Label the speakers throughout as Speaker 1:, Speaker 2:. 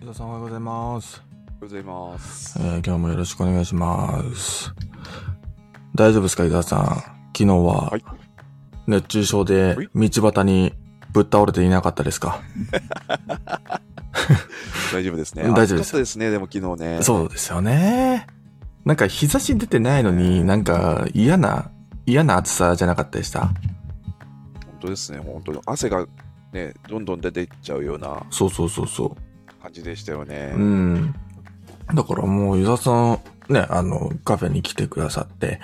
Speaker 1: 皆さんおはようございます、
Speaker 2: おはようございます
Speaker 1: え。ー今日もよろしくお願いします大丈夫ですか伊沢さん昨日は
Speaker 2: はい
Speaker 1: 熱中症で
Speaker 2: はい
Speaker 1: 道端にぶっ倒れていなかったですか、
Speaker 2: 大丈夫ですね。
Speaker 1: 大丈夫です
Speaker 2: 暑かったですね、でも昨日ね。
Speaker 1: そうですよねなんか日差し出てないのになんか嫌な嫌な暑さじゃなかったでした
Speaker 2: 本当ですね、本当に。汗がね、どんどん出ていっちゃうような
Speaker 1: そうそうそうそう
Speaker 2: 感じでしたよね。
Speaker 1: うん。だからもう、伊沢さん、ね、あの、カフェに来てくださって、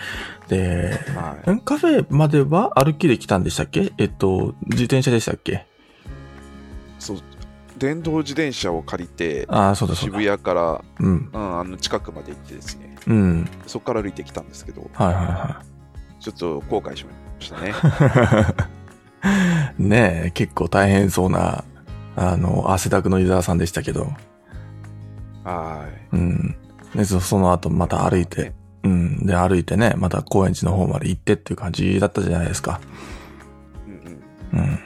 Speaker 1: で、
Speaker 2: はい
Speaker 1: んカフェまでは歩きで来たんでしたっけえっと、自転車でしたっけ
Speaker 2: そう。電動自転車を借りて、
Speaker 1: ああ、そうだそうだ
Speaker 2: 渋。谷から、
Speaker 1: うん。
Speaker 2: うん、あの近くまで行ってですね、
Speaker 1: うん。
Speaker 2: そこから歩いてきたんですけど、
Speaker 1: はいは
Speaker 2: ちょっと後悔しまし たね。
Speaker 1: いはい。ねえ、結構大変そうな、あの、汗だくの伊沢さんでしたけど、
Speaker 2: は
Speaker 1: うん。で、そその後また歩いて、うん。で、歩いてね、また高円寺の方まで行ってっていう感じだったじゃないですか。
Speaker 2: い。うん
Speaker 1: うん。
Speaker 2: うん。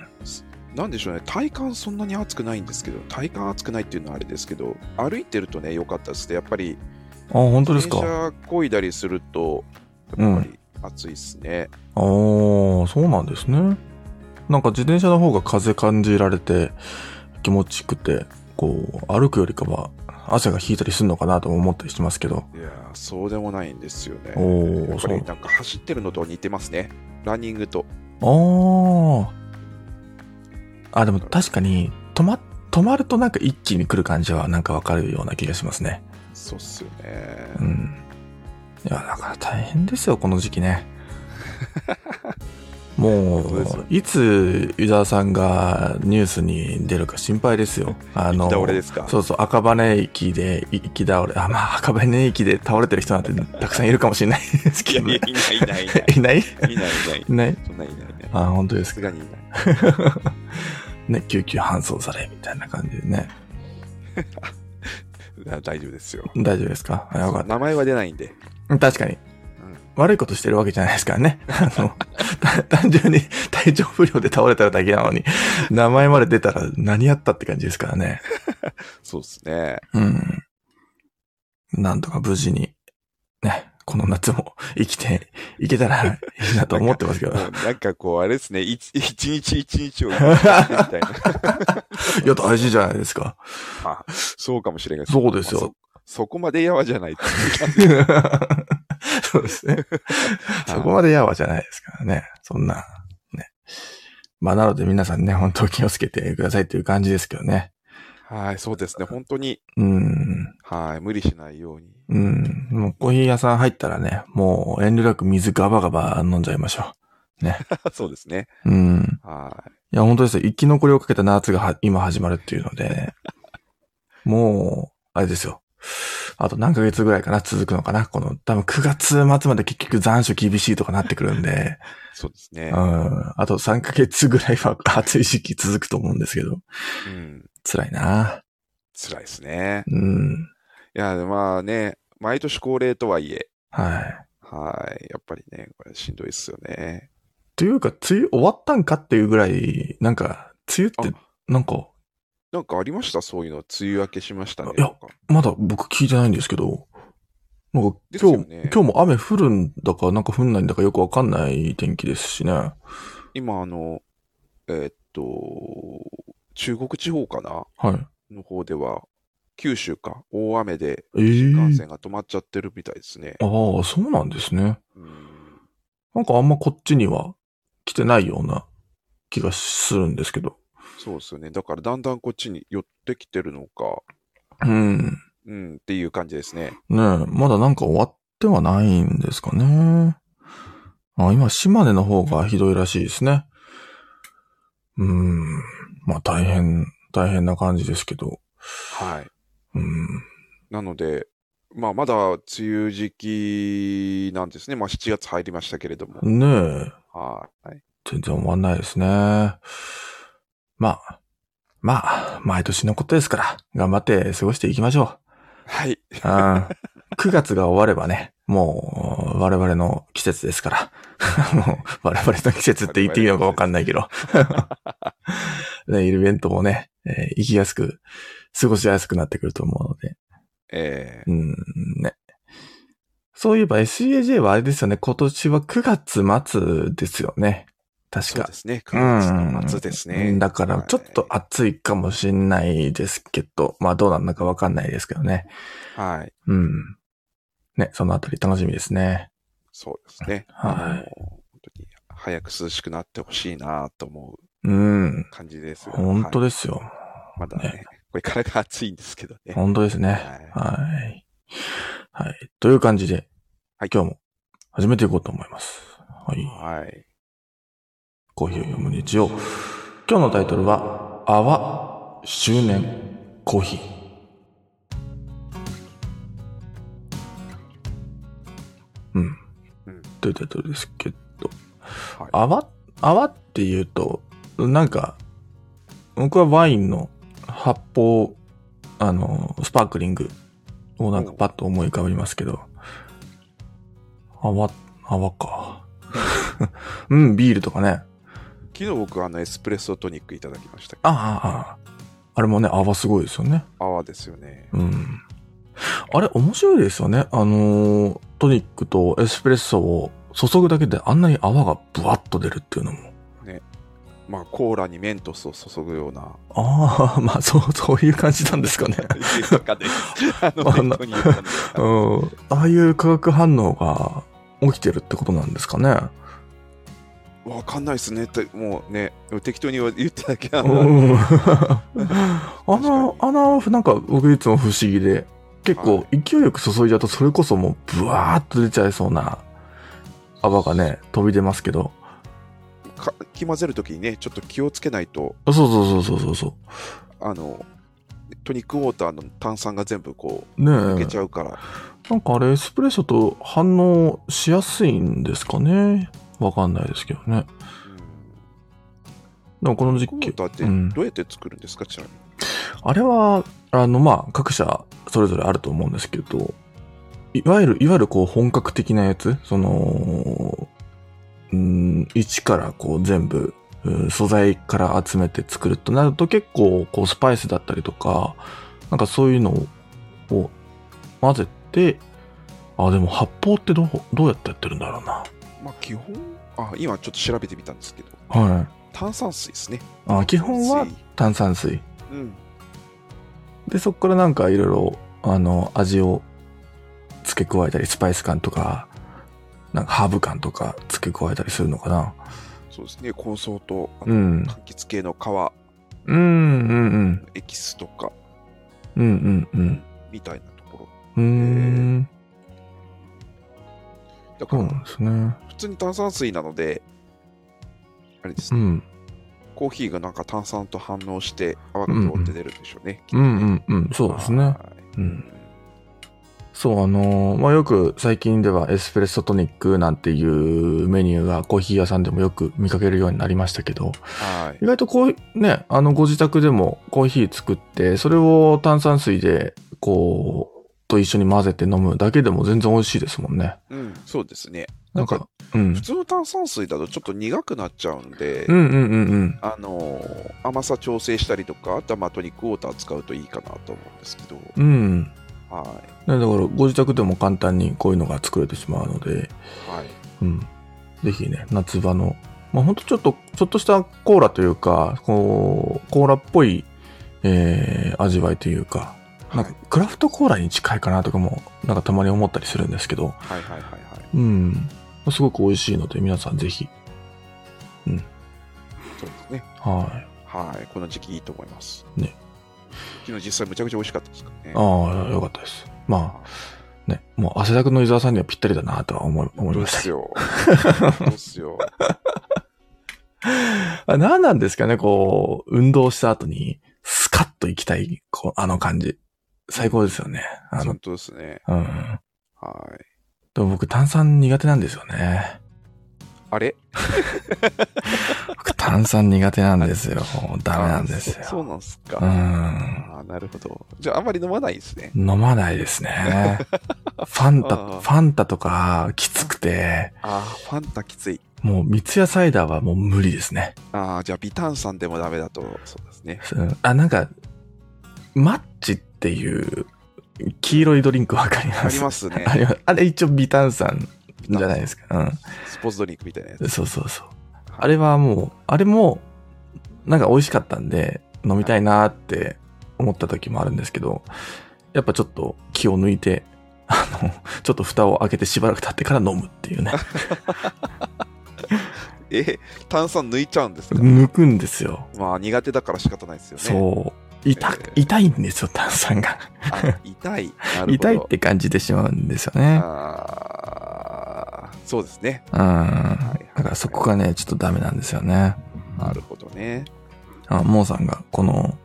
Speaker 2: なんでしょうね、体感そんなに暑くないんですけど、体感暑くないっていうのはあれですけど、歩いてるとね、良かったですね。やっぱり、
Speaker 1: あ、本当です
Speaker 2: 自
Speaker 1: か
Speaker 2: 転車こいだりすると、やっぱり暑いっすね。
Speaker 1: ああ、そうなんですね。なんか自転車の方が風感じられて気持ちよくて、こう、歩くよりかは汗が引いたりするのかなとも思ったりしますけど。
Speaker 2: いやーそうでもないんですよね。
Speaker 1: おー
Speaker 2: やっぱ
Speaker 1: そう
Speaker 2: りなんか走ってるのと似てますね。ランニングと。
Speaker 1: ああ。あ、でも確かに、止ま、止まるとなんか一気に来る感じはなんかわかるような気がしますね。
Speaker 2: そうっすよね。
Speaker 1: うん。いや、だから大変ですよ、この時期 ね。も
Speaker 2: 本当ですよ
Speaker 1: う、いつ湯沢さんがニュースに出るか心配ですよ。あの、
Speaker 2: 行き倒れですか
Speaker 1: そうそう、赤羽駅で行き倒れ、あ、まあ、赤羽駅で倒れてる人なんてたくさんいるかもしれないですけどね。
Speaker 2: いないいないい
Speaker 1: な
Speaker 2: ない
Speaker 1: い
Speaker 2: い。いないいない
Speaker 1: い。ない
Speaker 2: そんないないいない。
Speaker 1: あ、本当で
Speaker 2: さ
Speaker 1: す
Speaker 2: す
Speaker 1: か。
Speaker 2: がにいない。
Speaker 1: ね、救急搬送され、みたいな感じでね。
Speaker 2: あ大丈夫ですよ。
Speaker 1: 大丈夫ですかあよかった
Speaker 2: 名前は出ないんで。
Speaker 1: 確かに
Speaker 2: ん。
Speaker 1: 悪いことしてるわけじゃないですからね。 あの、た単純に 体調不良で倒れただけなのに、名前まで出たら何やったって感じですからね。
Speaker 2: そうっす ね。
Speaker 1: うん。なんとか無事に、ね、この夏も生きていけたらいいなと思ってますけど。
Speaker 2: もうなんかこう、あれですね、一一日一 日を生きていくみたいな。
Speaker 1: いや、大事じゃないですか。
Speaker 2: あそうかもしれない
Speaker 1: そうですよ。
Speaker 2: そそこまでやわじゃないっていう感じ。
Speaker 1: そうですね。そこまでやわじゃないですからね。そんな、ね。まあ、なので皆さんね、本当気をつけてくださいっていう感じですけどね。
Speaker 2: はい、そうですね。本当に、
Speaker 1: うん。
Speaker 2: はい、無理しないように。
Speaker 1: うん。もうコーヒー屋さん入ったらね、もう遠慮なく水ガバガバ飲んじゃいましょ
Speaker 2: そうですね。
Speaker 1: う。うん。
Speaker 2: はい
Speaker 1: や、本当ですよ。生き残りをかけた夏がは今始まるっていうので、もう、あれですよ。あと何ヶ月ぐらいかな、続くのかな。この、多分9月末まで結局残暑厳しいとかなってくるんで、
Speaker 2: い。そうですね
Speaker 1: うん。。あと3ヶ月ぐらいは暑い時期続くと思うんですけど、
Speaker 2: うん。
Speaker 1: 辛いな
Speaker 2: 辛いですね。
Speaker 1: うん。
Speaker 2: いや、でまあね、毎年恒例とはいえ、
Speaker 1: はい。
Speaker 2: はい。やっぱりね、これしんどいっすよね。
Speaker 1: というか、梅雨終わったんかっていうぐらい、なんか、梅雨って、なんか、
Speaker 2: なんかありましたそういうの。梅雨明けしましたね。
Speaker 1: いや
Speaker 2: とか
Speaker 1: まだ僕聞いてないんですけど、なんか
Speaker 2: です
Speaker 1: 今
Speaker 2: よ
Speaker 1: 日、
Speaker 2: ね
Speaker 1: 今日も雨降るんだか、なんか降んないんだかよくわかんない天気ですしね。あ
Speaker 2: 今、あの、えーっと、中国地方かな
Speaker 1: はい。
Speaker 2: の方では、九州か、大雨で、
Speaker 1: ええ
Speaker 2: 新幹線が止まっちゃってるみたいですね。
Speaker 1: ああ、そうなんですね。
Speaker 2: うん
Speaker 1: なんかあんまこっちには来てないような気がするんですけど。
Speaker 2: そうですよね。だからだんだんこっちに寄ってきてるのか、
Speaker 1: うん。
Speaker 2: うん、っていう感じですね。
Speaker 1: ねえ、まだなんか終わってはないんですかね。あ今、島根の方がひどいらしいですね。うーん。まあ大変、大変な感じですけど。
Speaker 2: はい。
Speaker 1: うん。
Speaker 2: なので、まあ、まだ梅雨時期なんですね。まあ、7月入りましたけれども。
Speaker 1: ねえ。
Speaker 2: はい。
Speaker 1: 全然終わんないですね。まあ、まあ、毎年のことですから、頑張って過ごしていきましょ
Speaker 2: はい。
Speaker 1: う。うん、9月が終わればね、もう、我々の季節です から。もう、我々の季節って言っていいのかわかんないけど。 ね、イベントもね、えー行きやすく、過ごしやすくなってくると思うので。
Speaker 2: ええ
Speaker 1: うん、ね。そういえば SCAJ はあれですよね。今年は9月末ですよね。確
Speaker 2: そう
Speaker 1: か
Speaker 2: で。すね。
Speaker 1: うん
Speaker 2: 9月の末です
Speaker 1: う
Speaker 2: ね
Speaker 1: ん。だから、ちょっと暑いかもしんないですけど、まあどうなんのかわかんないですけどね。
Speaker 2: はい。はい。
Speaker 1: うん。ね、そのあたり楽しみですね。
Speaker 2: そうですね。
Speaker 1: はい
Speaker 2: あの本当に早く涼しくなってほしいなと思う
Speaker 1: うん。
Speaker 2: 感じです。
Speaker 1: 本当
Speaker 2: は
Speaker 1: ですよ。
Speaker 2: いまだね、これからが暑いんですけどね。
Speaker 1: 本当ですね。
Speaker 2: は
Speaker 1: はい。はい。という感じで、
Speaker 2: はい
Speaker 1: 今日も始めていこうと思います。はい
Speaker 2: い。。はい。
Speaker 1: コーヒーを読む日曜。今日のタイトルは、泡、周年、コーヒー。うん
Speaker 2: うん。
Speaker 1: というタイトルですけど、
Speaker 2: はい
Speaker 1: 泡、泡っていうと、なんか、僕はワインの発泡、あの、スパークリングをなんかパッと思い浮かべますけど、泡、泡か。 うん、ビールとかね。
Speaker 2: 昨日僕、あの、エスプレッソトニックいただきました。
Speaker 1: ああ、あああれもね、泡すごいですよね。
Speaker 2: 泡ですよね。
Speaker 1: うん。あれ、面白いですよね。あのートニックとエスプレッソを注ぐだけであんなに泡がブワッと出るっていうのも。
Speaker 2: まあ、コーラにメントスを注ぐような。
Speaker 1: ああ、まあ、そう、そういう感じなんですかね。
Speaker 2: わかんないですあの、本当に言ったんですが
Speaker 1: うん。ああいう化学反応が起きてるってことなんですかね。
Speaker 2: わかんないですねって、もうね、適当に言っただけなの
Speaker 1: うん。 あ
Speaker 2: 確かに
Speaker 1: の、あの、なんか僕いつも不思議で、結
Speaker 2: は
Speaker 1: 構勢いよく注いじゃうとそれこそもうブワーッと出ちゃいそうな泡がね、飛び出ますけど。
Speaker 2: かき混ぜるときにね、ちょっと気をつけないと、
Speaker 1: そうそうそうそうそうそ
Speaker 2: あの、トニックウォーターの炭酸が全部こ
Speaker 1: う。ねえ。
Speaker 2: う、抜けちゃうから、
Speaker 1: なんかあれ、エスプレッソと反応しやすいんですかねわかんないですけどね。でもこの時
Speaker 2: トニッ
Speaker 1: 期、
Speaker 2: クウォーターって
Speaker 1: うん
Speaker 2: どうやって作るんですか、ちなみに。
Speaker 1: あれは、あの、まあ、各社それぞれあると思うんですけど、いわゆる、いわゆるこう本格的なやつ、その、うん、一からこう全部、うん素材から集めて作るとなると結構こうスパイスだったりとか、なんかそういうのを混ぜて、あ、でも発泡ってどう、どうやってやってるんだろうな。
Speaker 2: まあ、基本、あ、今ちょっと調べてみたんですけど、
Speaker 1: はい。
Speaker 2: 炭酸水ですね。
Speaker 1: あ基本は
Speaker 2: 水
Speaker 1: 炭酸水。
Speaker 2: うん。
Speaker 1: で、そこからなんかいろいろ、あの、味を付け加えたり、スパイス感とか、なんかハーブ感とか付け加えたりするのかな。
Speaker 2: そうですね、香草と、あ
Speaker 1: う
Speaker 2: の
Speaker 1: ん。
Speaker 2: 柑橘系の皮、
Speaker 1: うんうんうん。
Speaker 2: エキスとか、
Speaker 1: うんうんうん。
Speaker 2: みたいなところ。
Speaker 1: うーん。
Speaker 2: だか
Speaker 1: そう
Speaker 2: ら、
Speaker 1: なんですね。
Speaker 2: 普通に炭酸水なので、あれです
Speaker 1: う
Speaker 2: ね、
Speaker 1: ん。
Speaker 2: コーヒーがなんか炭酸と反応して泡が通って出るんでしょうね。きっ
Speaker 1: う
Speaker 2: と
Speaker 1: んう
Speaker 2: ね
Speaker 1: んうん。そうですね
Speaker 2: は。
Speaker 1: う
Speaker 2: い
Speaker 1: ん。そう、あのーまあ、よく最近ではエスプレッソトニックなんていうメニューがコーヒー屋さんでもよく見かけるようになりましたけど、
Speaker 2: はい
Speaker 1: 意。外とこうねあのご自宅でもコーヒー作ってそれを炭酸水でこうと一緒に混ぜて飲むだけでも全然美味しいですもんね
Speaker 2: うん、そうですね。
Speaker 1: なんかうん
Speaker 2: 普通の炭酸水だとちょっと苦くなっちゃうんで、
Speaker 1: うんうんうんうん
Speaker 2: あのー甘さ調整したりとか、あとはまあトニックウォーター使うといいかなと思うんですけど、
Speaker 1: うんね
Speaker 2: は
Speaker 1: だからご自宅でも簡単にこういうのが作れてしまうので
Speaker 2: い。はい。
Speaker 1: うんぜひね夏場のまあほんとちょっとちょっとしたコーラというかこうコーラっぽい、えー味わいというかなんかクラフトコーラに近いかなとかもなんかたまに思ったりするんですけど
Speaker 2: はいはいはいはい。
Speaker 1: うん。すごく美味しいので、皆さんぜひ。
Speaker 2: そうですね。
Speaker 1: は
Speaker 2: はい。この時期いいと思います。
Speaker 1: ね。
Speaker 2: 昨日実際むちゃくちゃ美味しかったですからね
Speaker 1: い。。ああ、よかったです。まあ、ね、もう汗だくの伊沢さんにはぴったりだなとは思い、思い
Speaker 2: どうっ
Speaker 1: まし
Speaker 2: すよ。どうっすよ。
Speaker 1: た。あ何なんですかね、こう、運動した後に、スカッと行きたい、こう、あの感じ。最高ですよね。あの
Speaker 2: 本、当ですね。
Speaker 1: うん。
Speaker 2: はい。
Speaker 1: でも僕、炭酸苦手なんですよね。
Speaker 2: あれ
Speaker 1: 僕、炭酸苦手なんですよ。ダメなんです
Speaker 2: あそうそ
Speaker 1: よ。
Speaker 2: うなんすか。
Speaker 1: うん。
Speaker 2: あーなるほど。じゃあ、あんまり飲まないですね。
Speaker 1: 飲まないです ね。ファンタ、
Speaker 2: あ
Speaker 1: フ
Speaker 2: あ
Speaker 1: ァンタとか、きつくて、
Speaker 2: ああ、ファンタきつい。
Speaker 1: もう三ツ矢サイダーはもう無理ですね。
Speaker 2: ああ、じゃあ、微炭酸でもダメだと、そうですね。
Speaker 1: うんあ、なんか、マッチっていう黄色いドリンクわかります
Speaker 2: ありますね。
Speaker 1: ありますあれ一応微炭酸じゃないですすか。
Speaker 2: スポーツドリンクみたいなやつ。
Speaker 1: うん。そうそうそう。あれはもう、あれも、なんか美味しかったんで、飲みたいなーって思った時もあるんですけど、やっぱちょっと気を抜いて、あの、ちょっと蓋を開けてしばらく経ってから飲むって いうね。
Speaker 2: え、炭酸抜いちゃうんですか
Speaker 1: 抜くんですよ。
Speaker 2: まあ、苦手だから仕方ないですよね。
Speaker 1: そう。痛く、痛いんですよ、炭酸が。
Speaker 2: あ痛い。なるほど
Speaker 1: 痛いって感じてしまうんですよね。
Speaker 2: あーそうですね。
Speaker 1: うん。だからそこがね、ちょっとダメなんですよね。
Speaker 2: なるほどね。
Speaker 1: あ、モーさんがこの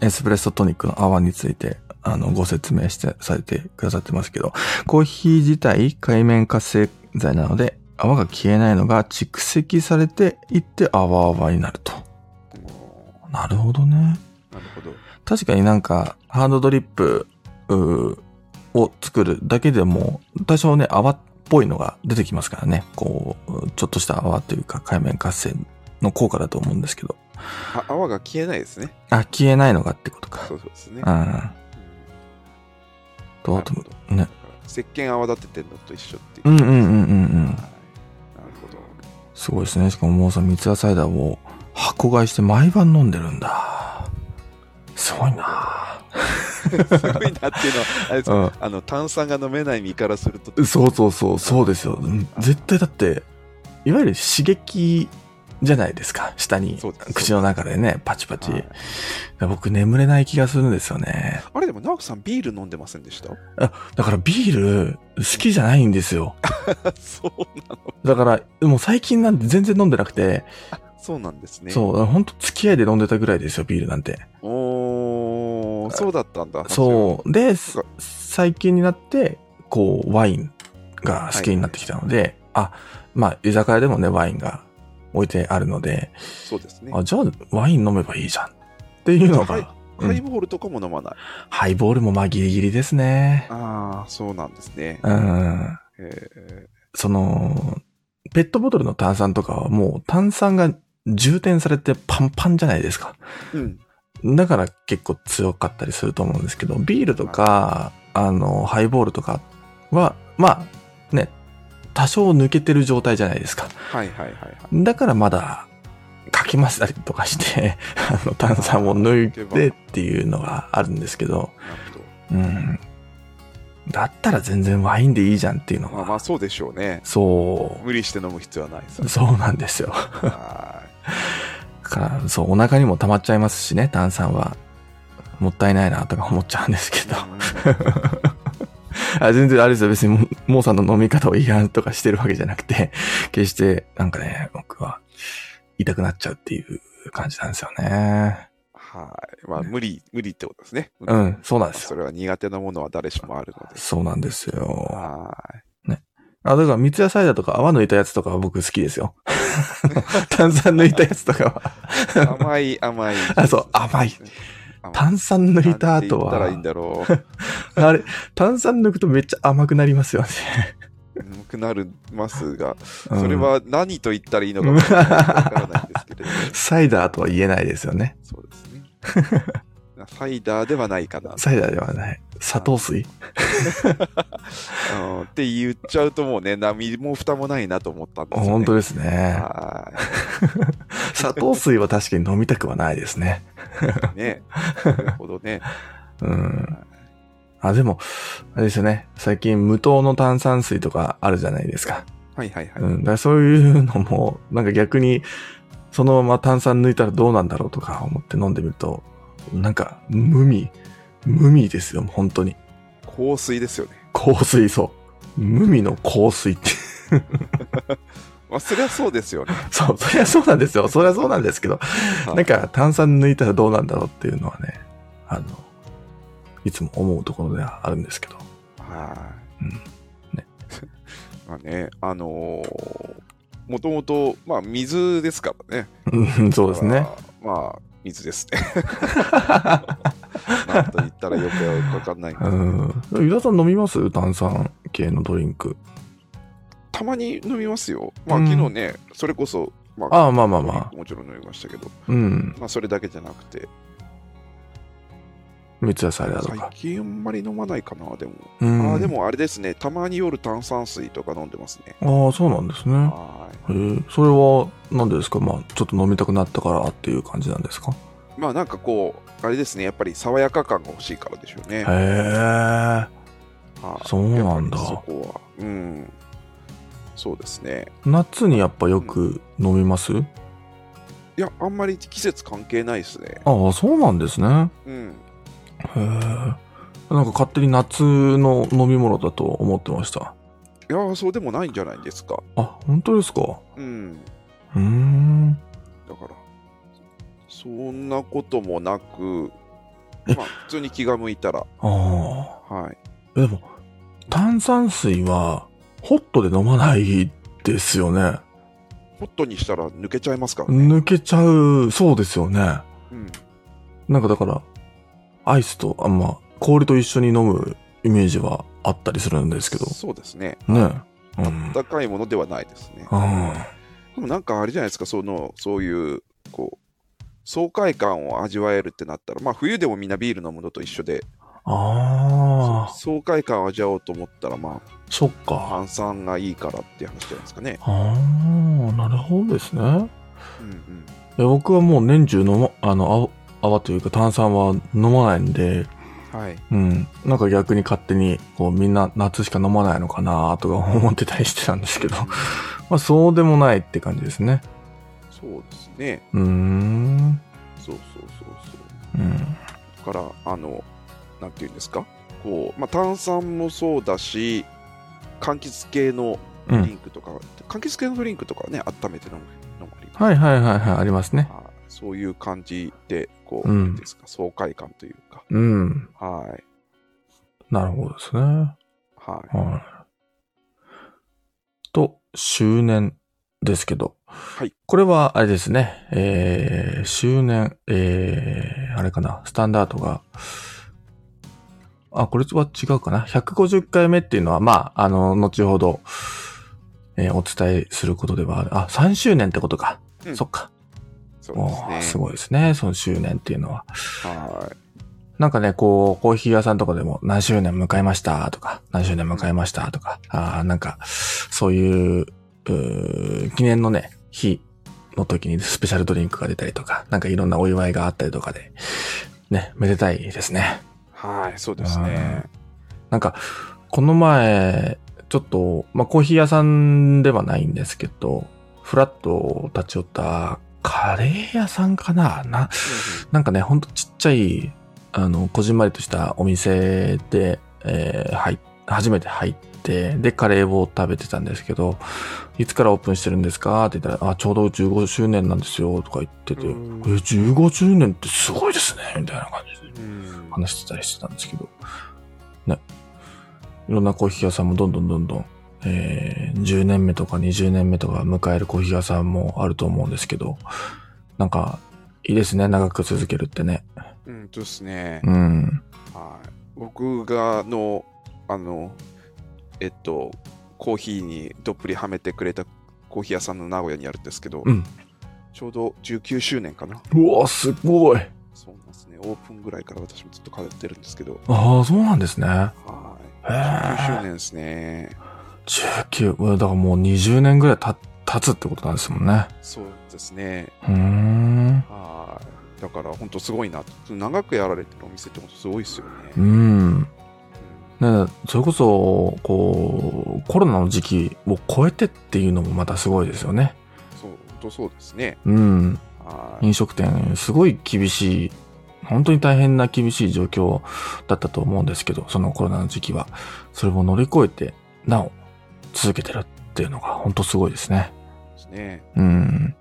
Speaker 1: エスプレッソトニックの泡について、あの、ご説明して、されてくださってますけど、コーヒー自体海面活性剤なので、泡が消えないのが蓄積されていって泡々になると。
Speaker 2: うん
Speaker 1: なるほどね。
Speaker 2: なるほど。
Speaker 1: 確かになんか、ハンドドリップうーを作るだけでも、多少ね、泡っぽいのが出てきますからね。こう、ちょっとした泡というか、海面活性の効果だと思うんですけど。
Speaker 2: あ泡が消えないですね。
Speaker 1: あ、消えないのがってことか。
Speaker 2: そうそうです
Speaker 1: う
Speaker 2: ね。
Speaker 1: ん。と、
Speaker 2: な
Speaker 1: あ
Speaker 2: る
Speaker 1: と
Speaker 2: ほ、ど
Speaker 1: ね。
Speaker 2: 石鹸泡立ててんのと一緒っていう。
Speaker 1: うんうんうんうんうん
Speaker 2: はいなるほど。
Speaker 1: すごいですね。しかももうさん、三ツ矢サイダーを箱買いして毎晩飲んでるんだ。すごいな
Speaker 2: す ごいなっていうのは、あれです
Speaker 1: うん。
Speaker 2: あの炭酸が飲めない身からすると、
Speaker 1: そうそうそう、そうですよ。うん絶対だって、いわゆる刺激じゃないですか。下に
Speaker 2: そうです、
Speaker 1: 口の中でね、パチパチ。
Speaker 2: はい
Speaker 1: 僕、眠れない気がするんですよね。
Speaker 2: あれでも、直樹さん、ビール飲んでませんでした
Speaker 1: だからビール、好きじゃないんですよ。
Speaker 2: そうな
Speaker 1: だから、もう最近なんて全然飲んでなくて、
Speaker 2: そうなんですね。
Speaker 1: そう、ほんと付き合いで飲んでたぐらいですよ、ビールなんて。
Speaker 2: おーそうだったんだ。
Speaker 1: そう。で、
Speaker 2: そ
Speaker 1: す最近になって、こう、ワインが好きになってきたので、あ、まあ、居酒屋でもね、ワインが置いてあるので、
Speaker 2: う。そうですね。
Speaker 1: あ、じゃあ、ワイン飲めばいいじゃん。っていうのが、
Speaker 2: はい
Speaker 1: うん
Speaker 2: ハイボールとかも飲まない。
Speaker 1: ハイボールもまあ、ギリギリですね。
Speaker 2: ああ、そうなんですね。
Speaker 1: うん。
Speaker 2: え
Speaker 1: その、ペットボトルの炭酸とかはもう炭酸が充填されてパンパンじゃないですか。
Speaker 2: ーうん。
Speaker 1: だから結構強かったりすると思うんですけど、ビールとか、あの、ハイボールとかは、まあ、ね、多少抜けてる状態じゃないですか。
Speaker 2: はいはいはいはい。
Speaker 1: だからまだ、かきましたりとかして、あの、炭酸を抜いてっていうのがあるんですけど、
Speaker 2: なるほ
Speaker 1: うん。だったら全然ワインでいいじゃんっていうの
Speaker 2: ど。まあ
Speaker 1: は、
Speaker 2: まあ、そうでしょうね。
Speaker 1: そ
Speaker 2: 無理して飲む必要はないです
Speaker 1: う、。そうなんですよ。
Speaker 2: は
Speaker 1: から、そう、お腹にも溜まっちゃいますしね、炭酸は。もったいないなとか思っちゃうんですけ
Speaker 2: い
Speaker 1: ど。
Speaker 2: うん
Speaker 1: あ全然あれですよ。別にも、モーさんの飲み方を違反とかしてるわけじゃなくて、 決して、なんかね、僕は、痛くなっちゃうっていう感じなんですよね。
Speaker 2: はい。まあ、無理、無理ってことですね。
Speaker 1: う
Speaker 2: ま
Speaker 1: ん、そうなん
Speaker 2: あ
Speaker 1: です
Speaker 2: そ
Speaker 1: よ。
Speaker 2: れは苦手なものは誰しもあるので。
Speaker 1: そうなんですよ。
Speaker 2: は
Speaker 1: あ、だから、三ツ矢サイダーとか泡抜いたやつとかは僕好きですよ。炭酸抜いたやつとかは。
Speaker 2: い。甘い、甘い。
Speaker 1: あそう甘い。
Speaker 2: 甘い。
Speaker 1: 炭酸抜いた後
Speaker 2: なんて言ったらいい
Speaker 1: は
Speaker 2: ん、だろう。
Speaker 1: あれ、炭酸抜くとめっちゃ甘くなりますよ ね。
Speaker 2: 眠くなりますが、
Speaker 1: うん
Speaker 2: それは何と言ったらいいのかわからないんですけれども。
Speaker 1: サイダーとは言えないですよね。
Speaker 2: そうですね。サイダーではないかな。
Speaker 1: サイダーではない。砂糖水
Speaker 2: うんって言っちゃうともうね、何も蓋もないなと思ったんですよ、ね。
Speaker 1: 本当ですね。
Speaker 2: は
Speaker 1: 砂糖水は確かに飲みたくはないですね。
Speaker 2: い。ね。なるほどね。
Speaker 1: うん。あ、でも、あれですよね。最近無糖の炭酸水とかあるじゃないですか。
Speaker 2: はいはいはい。
Speaker 1: うん。だからそういうのも、なんか逆に、そのまま炭酸抜いたらどうなんだろうとか思って飲んでみると、なんか、無味、無味ですよ、本当に。
Speaker 2: 香水ですよね。
Speaker 1: 香水、そう。無味の香水って。
Speaker 2: まあ、そりゃそうですよね。
Speaker 1: そう、そりゃそうなんですよ。そりゃそうなんですけど、
Speaker 2: はい
Speaker 1: なんか炭酸抜いたらどうなんだろうっていうのはね、あの、いつも思うところではあるんですけど。
Speaker 2: はい。
Speaker 1: うんね
Speaker 2: まあね、あのーもともと、まあ、水ですからね。
Speaker 1: うん、 そうですね。。
Speaker 2: まあ、水ですね。 なんと言ったらよくわかんないんですけ
Speaker 1: う
Speaker 2: ど
Speaker 1: ん。ゆ田さん飲みます炭酸系のドリンク。
Speaker 2: たまに飲みますよ。まあ、
Speaker 1: うん
Speaker 2: 昨日ね、それこそ、まあ、
Speaker 1: ああ、まあまあま
Speaker 2: もちろん飲みましたけど、
Speaker 1: あ。うん。
Speaker 2: まあ、それだけじゃなくて、
Speaker 1: 三ツ矢サイダーと
Speaker 2: 最
Speaker 1: か。
Speaker 2: 近あんまり飲まないかな、でも。
Speaker 1: うん。
Speaker 2: ああ、で。もあれですね、たまに夜炭酸水とか飲んでますね。
Speaker 1: ああ、そうなんですね。
Speaker 2: は
Speaker 1: へえ、それは何でですかまあ、ちょっと飲みたくなったからっていう感じなんですか
Speaker 2: い。まあ、なんかこう、あれですね、やっぱり爽やか感が欲しいからでしょうね。
Speaker 1: へえ、
Speaker 2: はい
Speaker 1: そうなんだ
Speaker 2: やっぱりそこは。うん。そうですね。
Speaker 1: 夏にやっぱよく飲みます、
Speaker 2: いや、あんまり季節関係ないですね。
Speaker 1: ああ、そうなんですね。へ
Speaker 2: うん。
Speaker 1: え。なんか勝手に夏の飲み物だと思ってました。
Speaker 2: いや、そうでもないんじゃないですか。
Speaker 1: あ、本当ですか
Speaker 2: うん。
Speaker 1: うーん。
Speaker 2: だから、そんなこともなく、
Speaker 1: え
Speaker 2: まあ、普通に気が向いたら、
Speaker 1: あ
Speaker 2: はい。
Speaker 1: あ。でも、炭酸水はホットで飲まないですよね。
Speaker 2: ホットにしたら抜けちゃいますからね。
Speaker 1: 抜けちゃう、そうですよね。
Speaker 2: うん。
Speaker 1: なんかだから、アイスと、あまあ、氷と一緒に飲むイメージはあったりするんですけど。
Speaker 2: そうですね。
Speaker 1: ねえ。うん。
Speaker 2: 温かいものではないですね。
Speaker 1: あ
Speaker 2: でもなんかあれじゃないですか、その、そういう、こう、爽快感を味わえるってなったら、まあ冬でもみんなビール飲むのと一緒で、
Speaker 1: あー。
Speaker 2: 爽快感を味わおうと思ったら、まあ、
Speaker 1: そっか。
Speaker 2: 炭酸がいいからっていう話じゃないですかね。
Speaker 1: ああ、なるほどですね。
Speaker 2: うんうん。
Speaker 1: いや僕はもう年中飲ま、あの、あ泡というか炭酸は飲まないんで、
Speaker 2: はい。
Speaker 1: うん。なんか逆に勝手に、こうみんな夏しか飲まないのかなとか 思ってたりしてたんですけど、まあそうでもないって感じですね。
Speaker 2: そうですね。
Speaker 1: うーん。
Speaker 2: そうそうそう
Speaker 1: う
Speaker 2: そう。
Speaker 1: ん。
Speaker 2: だからあのなんていうんですかこう、まあ、炭酸もそうだし柑橘系の
Speaker 1: う
Speaker 2: ドリ
Speaker 1: ん。
Speaker 2: ンクとか、柑橘系のドリンクとかはね温めて飲む飲むり
Speaker 1: はいはいはいはい、ありますね。
Speaker 2: はいそういう感じでこう、
Speaker 1: うん
Speaker 2: なんていですか爽快感というか
Speaker 1: うん。
Speaker 2: はい
Speaker 1: なるほどですね。は
Speaker 2: はい
Speaker 1: い。と、周年ですけど。
Speaker 2: い
Speaker 1: これは、あれですね。えー、周年、えー、あれかな、スタンダードが、あ、これは違うかな。150回目っていうのは、まあ、あの、後ほど、えーお伝えすることではある。あ、3周年ってことか。
Speaker 2: うん
Speaker 1: そっか。
Speaker 2: そう
Speaker 1: おー
Speaker 2: ですすね
Speaker 1: ごいですね。その周年っていうのは。
Speaker 2: はい
Speaker 1: なんかね、こう、コーヒー屋さんとかでも、何周年迎えましたとか、何周年迎えましたとか、あーなんか、そういう、うー記念のね、日の時にスペシャルドリンクが出たりとか、なんかいろんなお祝いがあったりとかで、ね、めでたいですね。
Speaker 2: はいそうですね
Speaker 1: なんか、この前、ちょっと、まあ、コーヒー屋さんではないんですけど、フラッと立ち寄った、カレー屋さんかなな、なんかね、ほんとちっちゃい、あの、こじんまりとしたお店で、えーはい、初めて入って、で、カレーを食べてたんですけど、いつからオープンしてるんですかって言ったら、あ、ちょうど15周年なんですよ、とか言ってて、
Speaker 2: う
Speaker 1: え、
Speaker 2: ん
Speaker 1: 15周年ってすごいですね、みたいな感じで
Speaker 2: うんうん
Speaker 1: 話してたりしてたんですけど、ね。いろんなコーヒー屋さんもどんどんどんどん、えー10年目とか20年目とか迎えるコーヒー屋さんもあると思うんですけど、なんか、いいですね、長く続けるってね。
Speaker 2: うんそうですね
Speaker 1: うん。
Speaker 2: はい僕がのあのえっとコーヒーにどっぷりはめてくれたコーヒー屋さんの名古屋にあるんですけど、
Speaker 1: うん。
Speaker 2: ちょうど19周年かな
Speaker 1: うわ、すごい。
Speaker 2: そうなんですねオープンぐらいから私もずっと通ってるんですけど
Speaker 1: ああ、そうなんですね。
Speaker 2: はい
Speaker 1: へ
Speaker 2: 19周
Speaker 1: え。
Speaker 2: 年ですね
Speaker 1: 19、うわだからもう20年ぐらいた経つってことなんですもんね。
Speaker 2: そうですね
Speaker 1: うーん。
Speaker 2: はいだから本当すごいな長くやられてるお店って本当すごいですよね、
Speaker 1: う
Speaker 2: うん
Speaker 1: ん。ね、それこそ、こう、コロナの時期を超えてっていうのもまたすごいですよね。
Speaker 2: そう本当そうですね
Speaker 1: うん。
Speaker 2: はい
Speaker 1: 飲食店、すごい厳しい、本当に大変な厳しい状況だったと思うんですけど、そのコロナの時期は。それを乗り越えて、なお、続けてるっていうのが本当すごいですね。
Speaker 2: ですね、
Speaker 1: うん。
Speaker 2: うん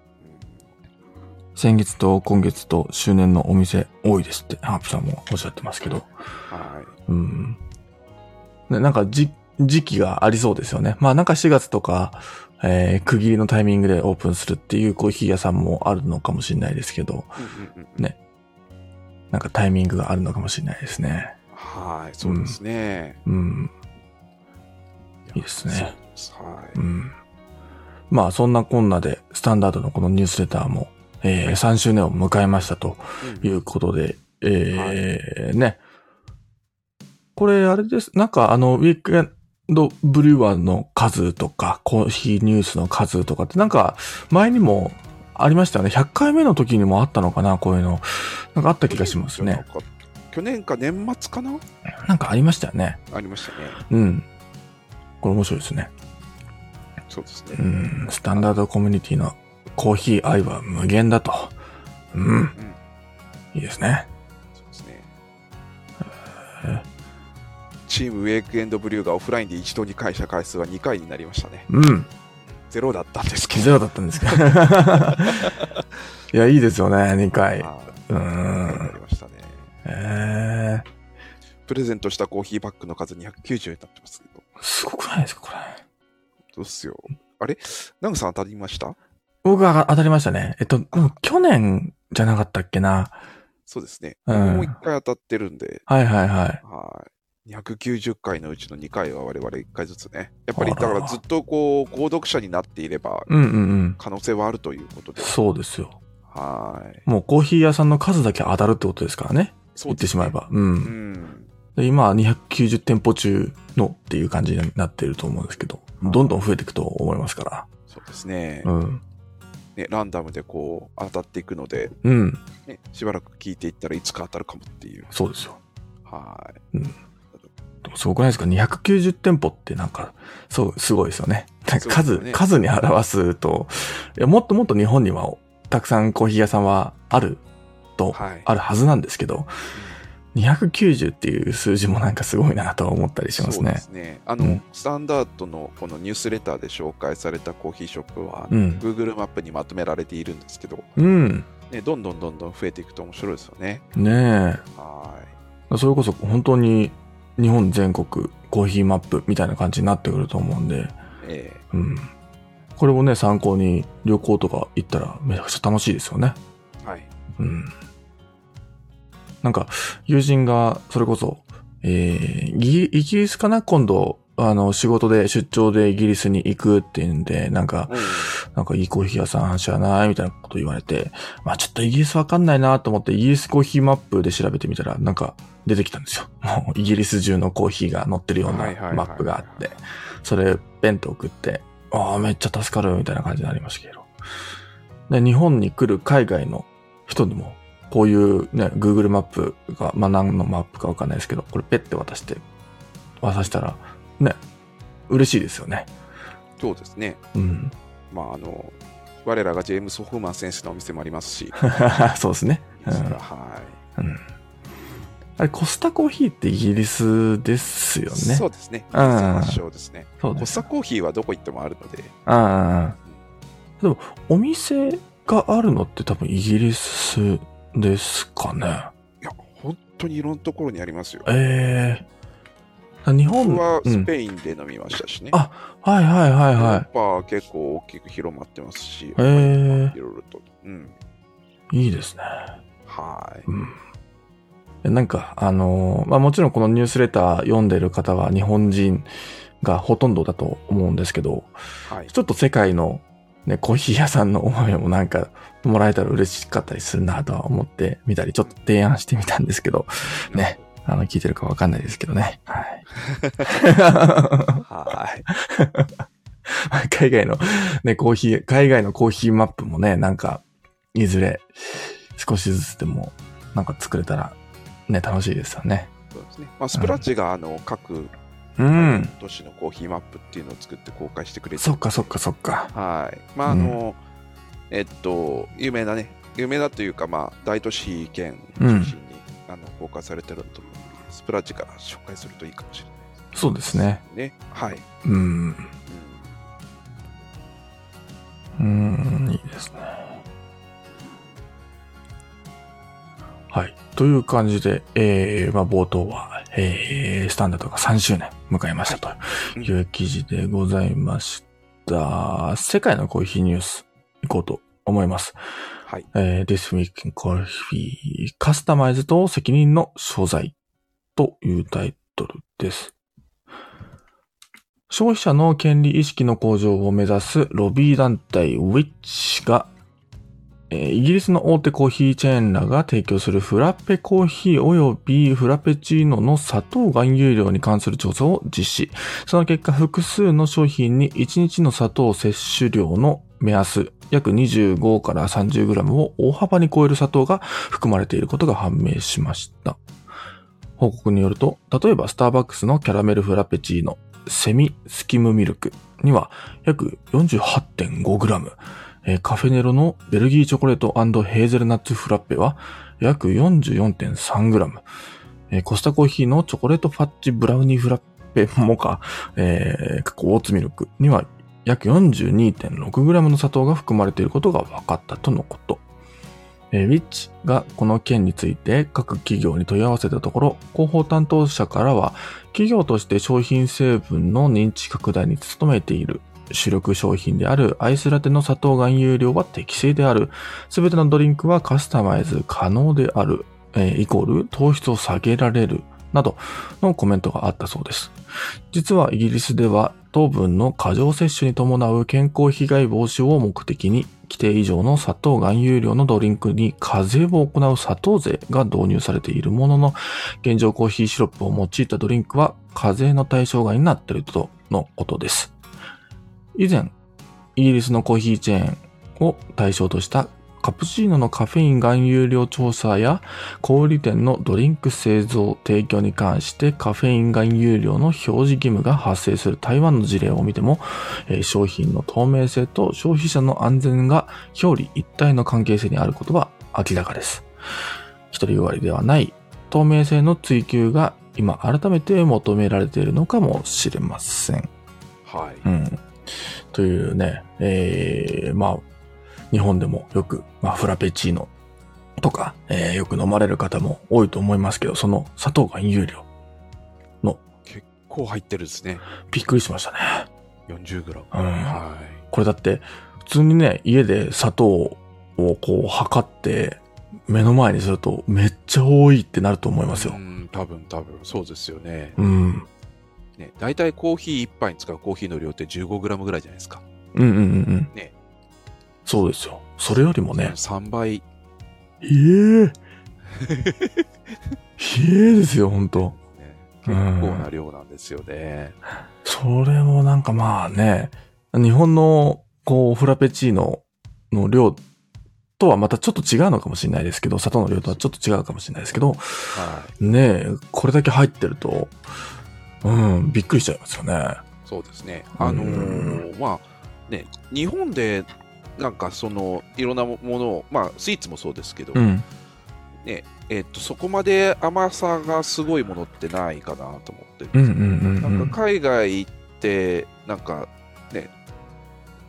Speaker 1: 先月と今月と周年のお店多いですって、ハープさんもおっしゃってますけど。
Speaker 2: はい
Speaker 1: うん。ね、なんかじ、時期がありそうですよね。まあなんか4月とか、えー区切りのタイミングでオープンするっていうコーヒー屋さんもあるのかもしれないですけど、
Speaker 2: うんうんうんうん
Speaker 1: ねなんかタイミングがあるのかもしれないですね。
Speaker 2: はい、そうですね。
Speaker 1: うん。
Speaker 2: や
Speaker 1: いいですね。
Speaker 2: は
Speaker 1: うん。まあ、そんなこんなで、スタンダードのこのニュースレターも、えー3周年を迎えましたと
Speaker 2: い。
Speaker 1: い
Speaker 2: うん
Speaker 1: うことで、えーね。これ、あれです。なんか、あの、ウィークエンドブリュワーの数とか、コーヒーニュースの数とかって、なんか、前にもありましたよね。100回目の時にもあったのかな、こういうの。なんかあった気がしますね。。
Speaker 2: 去年か年末かな
Speaker 1: なんかありましたよね。
Speaker 2: ありましたね。
Speaker 1: うん。これ面白いですね。
Speaker 2: そうです
Speaker 1: う
Speaker 2: ね。
Speaker 1: ん、スタンダードコミュニティのコーヒー愛は無限だと。うん。いいですね。
Speaker 2: そうですね。チームウェイクエンドブリューがオフラインで一度に会社回数は2回になりましたね。
Speaker 1: うん。
Speaker 2: ゼロだったんですけ
Speaker 1: 気
Speaker 2: ど。
Speaker 1: ゼロだったんです けど。いや、いいですよね、2回。
Speaker 2: は
Speaker 1: う
Speaker 2: いなり
Speaker 1: ん。
Speaker 2: ましたね。
Speaker 1: えー、
Speaker 2: プレゼントしたコーヒーバッグの数290になってますけど。
Speaker 1: すごくないですか、これ。
Speaker 2: どうっすよ。あれナムさん当たりました
Speaker 1: 僕は当たりましたね。えっと、でも去年じゃなかったっけな。
Speaker 2: そうですね。
Speaker 1: うん
Speaker 2: もう1回当たってるんで、
Speaker 1: はいはいはい。
Speaker 2: はい。290回のうちの2回は我々1回ずつね。やっぱり
Speaker 1: あ
Speaker 2: だ
Speaker 1: ら
Speaker 2: からずっとこう、購読者になっていれば、
Speaker 1: うんうんうん。
Speaker 2: 可能性はあるということで。
Speaker 1: そうですよ。
Speaker 2: はい。
Speaker 1: もうコーヒー屋さんの数だけ当たるってことですからね。
Speaker 2: そ
Speaker 1: 言っ
Speaker 2: う
Speaker 1: て
Speaker 2: ですね
Speaker 1: しまえ。ば。うん
Speaker 2: う。ん。
Speaker 1: で今は290店舗中のっていう感じになってると思うんですけど、どんどん増えていくと思いますか
Speaker 2: そうですね
Speaker 1: ら。。うん。
Speaker 2: ね、ランダムでこう、当たっていくので、
Speaker 1: うん。
Speaker 2: ね、しばらく聞いていったらいつか当たるかもっていう。
Speaker 1: そうですよ。
Speaker 2: はい。
Speaker 1: でもすごくないですか ?290 店舗ってなんか、そう、すごいですよね。なんか
Speaker 2: そう
Speaker 1: 数、
Speaker 2: ですね
Speaker 1: 数に表すと、いや、もっともっと日本にはたくさんコーヒー屋さんはあると、
Speaker 2: はい
Speaker 1: あるはずなんですけど、290っていう数字もなんかすごいなとは思ったりします
Speaker 2: そうで
Speaker 1: ね。
Speaker 2: すね。あの、
Speaker 1: うん
Speaker 2: スタンダードのこのニュースレターで紹介されたコーヒーショップは、
Speaker 1: うん
Speaker 2: Google マップにまとめられているんですけど、
Speaker 1: うん。
Speaker 2: ね、どんどんどんどん増えていくと面白いですよね。
Speaker 1: ねえ。
Speaker 2: は
Speaker 1: それこそ本当に日本全国コーヒーマップみたいな感じになってくると思うんで、
Speaker 2: い。え
Speaker 1: うん。これもね、参考に旅行とか行ったらめちゃくちゃ楽しいですよね。
Speaker 2: えはい。
Speaker 1: うん。なんか、友人が、それこそ、えー、ギリイギリスかな今度、あの、仕事で出張でイギリスに行くっていうんで、なんか、なんかいいコーヒー屋さん知らないみたいなこと言われて、まあちょっとイギリスわかんないなと思って、イギリスコーヒーマップで調べてみたら、なんか出てきたんですよ。 もうイギリス中のコーヒーが載ってるよう
Speaker 2: はいはいはいは
Speaker 1: ないマップがあって、それペンと送って、ああ、めっちゃ助かるみたいな感じになりましたけど。で、日本に来る海外の人にも、こういうね、Google マップが、まあ何のマップかわかんないですけど、これペッて渡して、渡したら、ね、嬉しいですよね。
Speaker 2: そうですね。
Speaker 1: うん。
Speaker 2: まあ、あの、我らがジェームス・ホフマン選手のお店もありますし、
Speaker 1: そうですね。うん
Speaker 2: は
Speaker 1: うんあれ、コスタコーヒーってイギリスですよ
Speaker 2: い。
Speaker 1: ね。
Speaker 2: そうですね。
Speaker 1: うん
Speaker 2: 発祥ですね。
Speaker 1: そう
Speaker 2: コ
Speaker 1: で
Speaker 2: ス
Speaker 1: す。
Speaker 2: タコーヒーはどこ行ってもあるので、
Speaker 1: ああ。でも、お店があるのって多分イギリスですかね。
Speaker 2: いや、本当にいろんなところにありますよ。
Speaker 1: ええ日本
Speaker 2: 僕は
Speaker 1: う
Speaker 2: ス
Speaker 1: ん
Speaker 2: ペインで飲みましたしね。
Speaker 1: あはいはいはい
Speaker 2: ヨーロッ
Speaker 1: は
Speaker 2: パは結構大きく広まってますし、
Speaker 1: へー
Speaker 2: いろいろと。うん。
Speaker 1: い。いいですね。
Speaker 2: はい。
Speaker 1: うん。なんか、あのーまあ、もちろんこのニュースレター読んでる方は日本人がほとんどだと思うんですけど、
Speaker 2: はい。
Speaker 1: ちょっと世界の、ね、コーヒー屋さんの思いもなんかもらえたら嬉しかったりするなとは思ってみたり、ちょっと提案してみたんですけど、ね。あの、聞いてるかわかんない ですけどね。は
Speaker 2: はい。
Speaker 1: い。海外の、ね、コーヒー、海外のコーヒーマップもね、なんか、いずれ少しずつでも、なんか作れたら、ね、楽しいですよね。
Speaker 2: そうですね。まあ、スプラッチがあの各
Speaker 1: う
Speaker 2: あの
Speaker 1: ん。
Speaker 2: 都市のコーヒーマップっていうのを作って公開してくれて
Speaker 1: そっかそっかそっか。
Speaker 2: はい。まあ、あの、えっと、有名なね、有名だというか、まあ、大都市圏中心に、あの公開されてると思うので、スプラッチから紹介するといいかもしれない
Speaker 1: そうですね。
Speaker 2: ですね。はい。
Speaker 1: うん。う
Speaker 2: う
Speaker 1: ん、いいですね。はい。という感じで、えー、まあ冒頭は、えー、スタンダードが3周年迎えましたと
Speaker 2: い
Speaker 1: いう記事でございました。世界のコーヒーニュース、いこうと思います。
Speaker 2: んはい。
Speaker 1: えー、This Week in Coffee カスタマイズと責任の所在というタイトルです。消費者の権利意識の向上を目指すロビー団体 Which が、えーイギリスの大手コーヒーチェーンらが提供するフラペコーヒーおよびフラペチーノの砂糖含有量に関する調査を実施。その結果、複数の商品に1日の砂糖摂取量の目安、約25から3 0ムを大幅に超える砂糖が含まれていることが判明しました。報告によると、例えばスターバックスのキャラメルフラペチーノ、セミスキムミルクには約 48.5g、えーカフェネロのベルギーチョコレートヘーゼルナッツフラッペは約 44.3g、えーコスタコーヒーのチョコレートファッジブラウニーフラッペモカ、えー、かっこオーツミルクには約 42.6g の砂糖が含まれていることが分かったとのこと。えー、ウィッチがこの件について各企業に問い合わせたところ、広報担当者からは、企業として商品成分の認知拡大に努めている。主力商品であるアイスラテの砂糖含有量は適正である。すべてのドリンクはカスタマイズ可能である。えーイコール糖質を下げられる。などのコメントがあったそうです。実はイギリスでは糖分の過剰摂取に伴う健康被害防止を目的に規定以上の砂糖含有量のドリンクに課税を行う砂糖税が導入されているものの現状コーヒーシロップを用いたドリンクは課税の対象外になっているとのことです以前イギリスのコーヒーチェーンを対象としたカプチーノのカフェイン含有量調査や小売店のドリンク製造提供に関してカフェイン含有量の表示義務が発生する台湾の事例を見ても、えー商品の透明性と消費者の安全が表裏一体の関係性にあることは明らかです。一人よがりではない透明性の追求が今改めて求められているのかもしれません。
Speaker 2: はい。
Speaker 1: うん。というね、えー、まあ、日本でもよく、まあ、フラペチーノとか、えーよく飲まれる方も多いと思いますけど、その砂糖含有量、
Speaker 2: 結構入ってるですね。
Speaker 1: びっくりしましたね。
Speaker 2: 40g。
Speaker 1: うん
Speaker 2: は
Speaker 1: これだって、普通にね、家で砂糖をこう測って、目の前にするとめっちゃ多いってなると思います
Speaker 2: い。
Speaker 1: よ
Speaker 2: う。ん、多分多分、そうですよね。
Speaker 1: うん。
Speaker 2: ね、大体コーヒー1杯に使うコーヒーの量って 15g ぐらいじゃないですか。
Speaker 1: うんうんうんうん。
Speaker 2: ね
Speaker 1: そうですよ。それよりもね、
Speaker 2: 3倍。
Speaker 1: ええ。ええですよ、ほんと。
Speaker 2: ね、結
Speaker 1: うん
Speaker 2: 構な量なんですよね。
Speaker 1: それもなんかまあね、日本のこうフラペチーノの量とはまたちょっと違うのかもしれないですけど、砂糖の量とはちょっと違うかもしれないですけど、
Speaker 2: はい。
Speaker 1: ねえ、これだけ入ってると、うん、びっくりしちゃいますよね。
Speaker 2: そうですね。あのーまあ、ね、日本で、なんかその、いろんなものを、まあ、スイーツもそうですけど、
Speaker 1: うん。
Speaker 2: えっと、そこまで甘さがすごいものってないかなと思ってる
Speaker 1: うんうん
Speaker 2: ですよ
Speaker 1: んうんう
Speaker 2: なん
Speaker 1: ん
Speaker 2: か。海外行って、なんかね、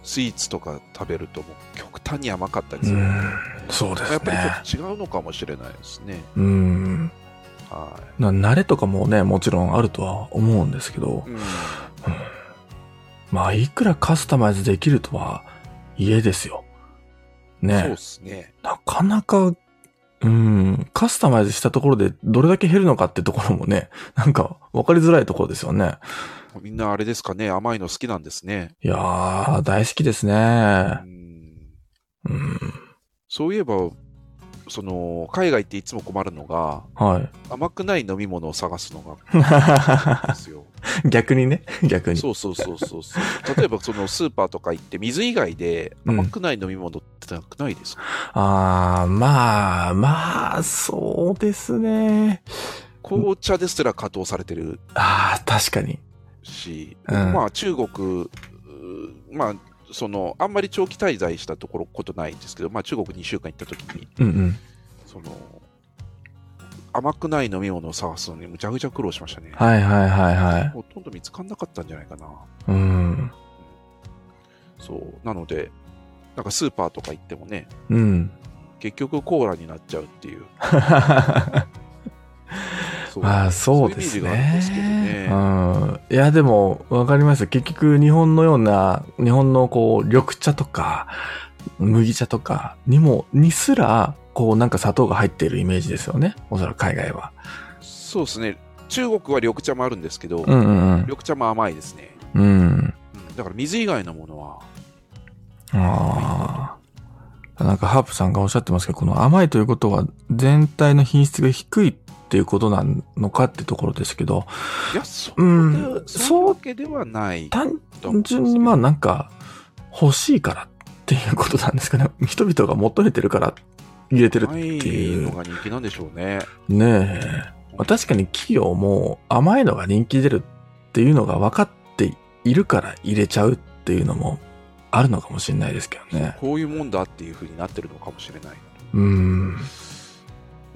Speaker 2: スイーツとか食べるともう極端に甘かったり
Speaker 1: う
Speaker 2: する。
Speaker 1: ん、そうです
Speaker 2: やっぱり
Speaker 1: ね。
Speaker 2: ちょっと違うのかもしれないですね。
Speaker 1: うん。
Speaker 2: は
Speaker 1: な慣れとかもね、もちろんあるとは思うんですけど
Speaker 2: い。、うん
Speaker 1: まあ、いくらカスタマイズできるとは、家ですよ。ねえ。
Speaker 2: そうですね。
Speaker 1: なかなか、うん、カスタマイズしたところでどれだけ減るのかってところもね、 なんか分かりづらいところですよね。
Speaker 2: みんなあれですかね、甘いの好きなんですね。
Speaker 1: いやー、大好きです
Speaker 2: う
Speaker 1: ね。
Speaker 2: ん
Speaker 1: うん。
Speaker 2: そういえば、その海外っていつも困るのが、
Speaker 1: は
Speaker 2: 甘くない飲み物を探すのがで
Speaker 1: い。
Speaker 2: すよ。
Speaker 1: 逆にね、逆に。
Speaker 2: そうそうそうそうそう。例えばそのスーパーとか行って水以外で
Speaker 1: うん
Speaker 2: 甘くない飲み物ってなくないですか、
Speaker 1: あー、まあ、まあ、そうですね。
Speaker 2: 紅茶ですら加糖されてる
Speaker 1: あー、確かに。
Speaker 2: し、
Speaker 1: うん
Speaker 2: まあ中国、うーまあそのあんまり長期滞在したところことないんですけど、まあ、中国2週間行った時に
Speaker 1: うんうん。
Speaker 2: その甘くない飲み物を探すのにむちゃくちゃ苦労しましたね。
Speaker 1: はいはいはいはい。
Speaker 2: ほとんど見つからなかったんじゃないかな。
Speaker 1: うん。
Speaker 2: そうなのでなんかスーパーとか行ってもね
Speaker 1: うん。
Speaker 2: 結局コーラになっちゃうっ ていう。そ
Speaker 1: まあそうです
Speaker 2: そういうイメージがあるん
Speaker 1: ね
Speaker 2: ですけどね。
Speaker 1: うん、いやでもわかります結局日本のような日本のこう緑茶とか麦茶とかにもにすらこうなんか砂糖が入っているイメージですよねおそらく海外は
Speaker 2: そうですね。中国は緑茶もあるんですけ
Speaker 1: う
Speaker 2: ど、
Speaker 1: んうんうん
Speaker 2: 緑茶も甘いですね。
Speaker 1: うん。
Speaker 2: うんだから水以外のものは、
Speaker 1: ああ。なんかハープさんがおっしゃってますけど、この甘いということは全体の品質が低いっていうことなのかってところですけど、
Speaker 2: いや、そうう
Speaker 1: うん
Speaker 2: そういうわけではない
Speaker 1: 単
Speaker 2: と思うんですけ
Speaker 1: 純
Speaker 2: ど
Speaker 1: にまあなんか欲しいからっていうことなんですかね。 人々が求めてるから入れてるってい
Speaker 2: ないうの。が人気なんでしょうね。
Speaker 1: ねえ。まあ確かに企業も甘いのが人気出るっていうのが分かっているから入れちゃうっていうのもあるのかもしれないですけどね。
Speaker 2: こういうもんだっていうふうになってるのかもしれない
Speaker 1: うん。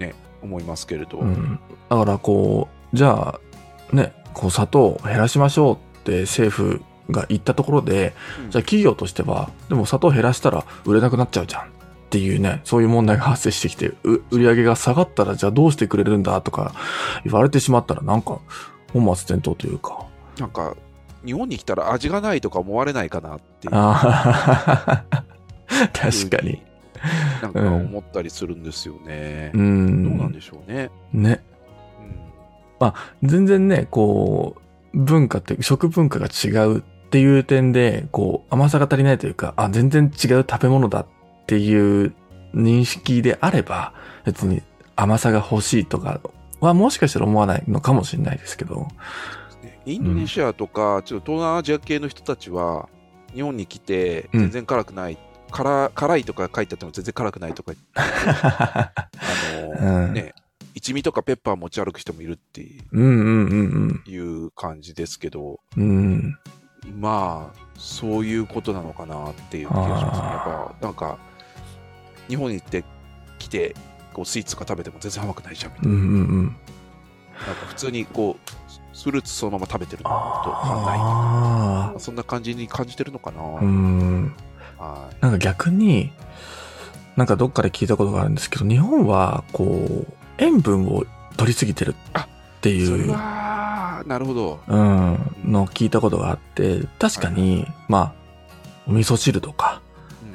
Speaker 2: と思いますけれど、
Speaker 1: うん、だからこうじゃあねこう砂糖を減らしましょうって政府が言ったところで
Speaker 2: うん
Speaker 1: じゃあ企業としてはでも砂糖減らしたら売れなくなっちゃうじゃんっていうねそういう問題が発生してきてう売り上げが下がったらじゃあどうしてくれるんだとか言われてしまったらなんか本末転倒というか
Speaker 2: なんか日本に来たら味がないとか思われないかなっていう
Speaker 1: ああ
Speaker 2: ふう
Speaker 1: 確かに
Speaker 2: なんか思ったりするんですよね。
Speaker 1: う
Speaker 2: どうなん
Speaker 1: ん
Speaker 2: でしょうね。
Speaker 1: ね全然ね、こう、文化って、食文化が違うっていう点で、こう、甘さが足りないというか、あ、全然違う食べ物だっていう認識であれば、別に甘さが欲しいとかはもしかしたら思わないのかもしれないですけど。
Speaker 2: うんインドネシアとか、ちょっと東南アジア系の人たちは日本に来て
Speaker 1: うん
Speaker 2: 全然辛くない、辛辛いとか書いてあっても全然辛くないとかあの、
Speaker 1: うん
Speaker 2: ね一味とかペッパー持ち歩く人もいるってい
Speaker 1: うんうんうん
Speaker 2: う感じですけど
Speaker 1: うん。うん。
Speaker 2: まあそういうことなのかなっていう気がしますねやっぱなんか日本に行って来てこうスイーツとか食べても全然甘くないじゃんみたい
Speaker 1: うんうんうん。
Speaker 2: ななんか普通にこうフルーツそのまま食べてるのと変わんない
Speaker 1: あ
Speaker 2: そんな感じに感じてるのかな、
Speaker 1: あ。うん。
Speaker 2: はい
Speaker 1: なんか逆に、なんかどっかで聞いたことがあるんですけど、日本は、こう、塩分を取りすぎてるってい、
Speaker 2: そう
Speaker 1: う
Speaker 2: れ
Speaker 1: ん、
Speaker 2: はなるほど
Speaker 1: のを聞いたことがあって、確かに、まあ、お味噌汁とか、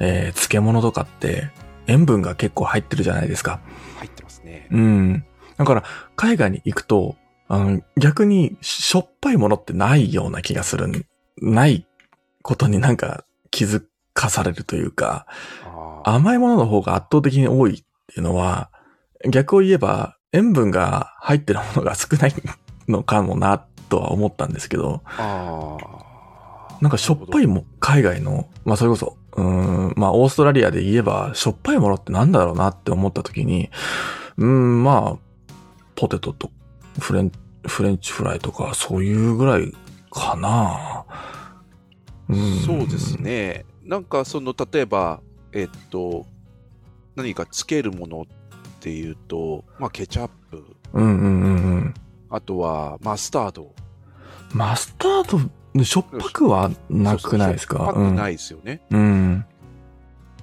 Speaker 2: うん
Speaker 1: えー漬物とかって、塩分が結構入ってるじゃないですか。
Speaker 2: 入ってますね
Speaker 1: うん。だから、海外に行くと、あの、逆に、しょっぱいものってないような気がするん。ないことになんか気づかされるというか、
Speaker 2: あー
Speaker 1: 甘いものの方が圧倒的に多いっていうのは、逆を言えば塩分が入ってるものが少ないのかもなとは思ったんですけど、
Speaker 2: あー
Speaker 1: なんかしょっぱいも、海外の、まあそれこそ、うーん、まあオーストラリアで言えばしょっぱいものってなんだろうなって思った時に、うーん、まあ、ポテトとフレン、フレンチフライとかそういうぐらいかな。ん
Speaker 2: そうです。ね。なんかその例えば、えっと、何かつけるものっていうと、まあ、ケチャップ、
Speaker 1: うんうんうんうん。
Speaker 2: あとはマスタード。
Speaker 1: マスタード、しょっぱくはなくないです
Speaker 2: そう
Speaker 1: か
Speaker 2: そうそうパッとないですよね。
Speaker 1: うん。うん。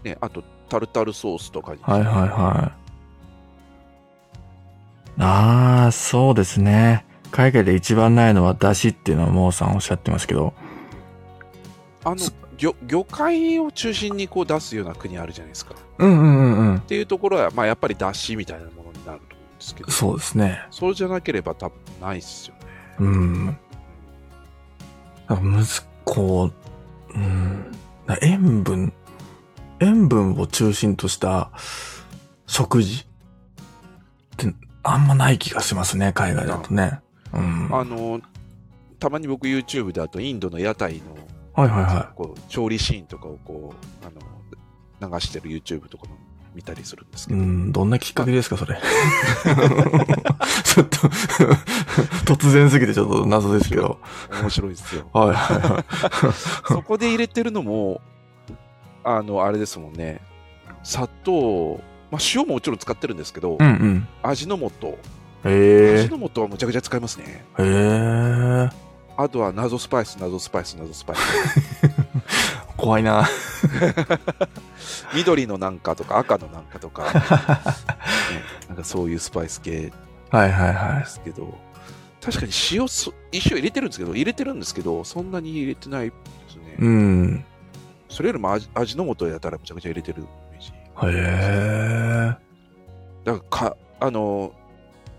Speaker 2: ねあと、タルタルソースとかに。
Speaker 1: はいはいはい。ああ、そうですね。海外で一番ないのは出汁っていうのはモーさんおっしゃってますけど。
Speaker 2: あの
Speaker 1: す
Speaker 2: 魚、魚介を中心にこう出すような国あるじゃないですか。っ
Speaker 1: うんうんうんうん。
Speaker 2: ていうところは、まあ、やっぱり出汁みたいなものになると思うんですけど、
Speaker 1: そうですね。
Speaker 2: そうじゃなければ多分ないですよね。
Speaker 1: うん。むず、こう、うん。だ塩分、塩分を中心とした食事ってあんまない気がしますね、海外だとね。うん。
Speaker 2: あの、たまに僕 YouTube だとインドの屋台の
Speaker 1: はいはいは
Speaker 2: こう調理シーンとかをこうあの流してる YouTube とかも見たりするんです
Speaker 1: い。
Speaker 2: け
Speaker 1: う
Speaker 2: ど、
Speaker 1: ん、どんなきっかけですか、それ。 ちょっと、突然すぎてちょっと謎ですけど。。
Speaker 2: 面白いですよ
Speaker 1: はいはいはい。
Speaker 2: そこで入れてるのも、あの、あれですもんね、砂糖、まあ、塩ももちろん使ってるんですけど、
Speaker 1: うんうん。
Speaker 2: 味の素、
Speaker 1: へ
Speaker 2: 味の素はむちゃくちゃ使いますね。
Speaker 1: え。へえ。
Speaker 2: あとは謎スパイス、謎スパイス、謎スパイス。
Speaker 1: 怖いな。
Speaker 2: 緑のなんかとか赤のなんか とか、ねなんかそういうスパイス系
Speaker 1: はいはいは
Speaker 2: で。すけど、確かに塩そ、一応入れてるんですけど、入れてるんですけど、そんなに入れてないですね。
Speaker 1: うん。へ
Speaker 2: それよりも味味の素やったらむちゃくちゃ入れてるイメージ。
Speaker 1: え。
Speaker 2: だからか、あの、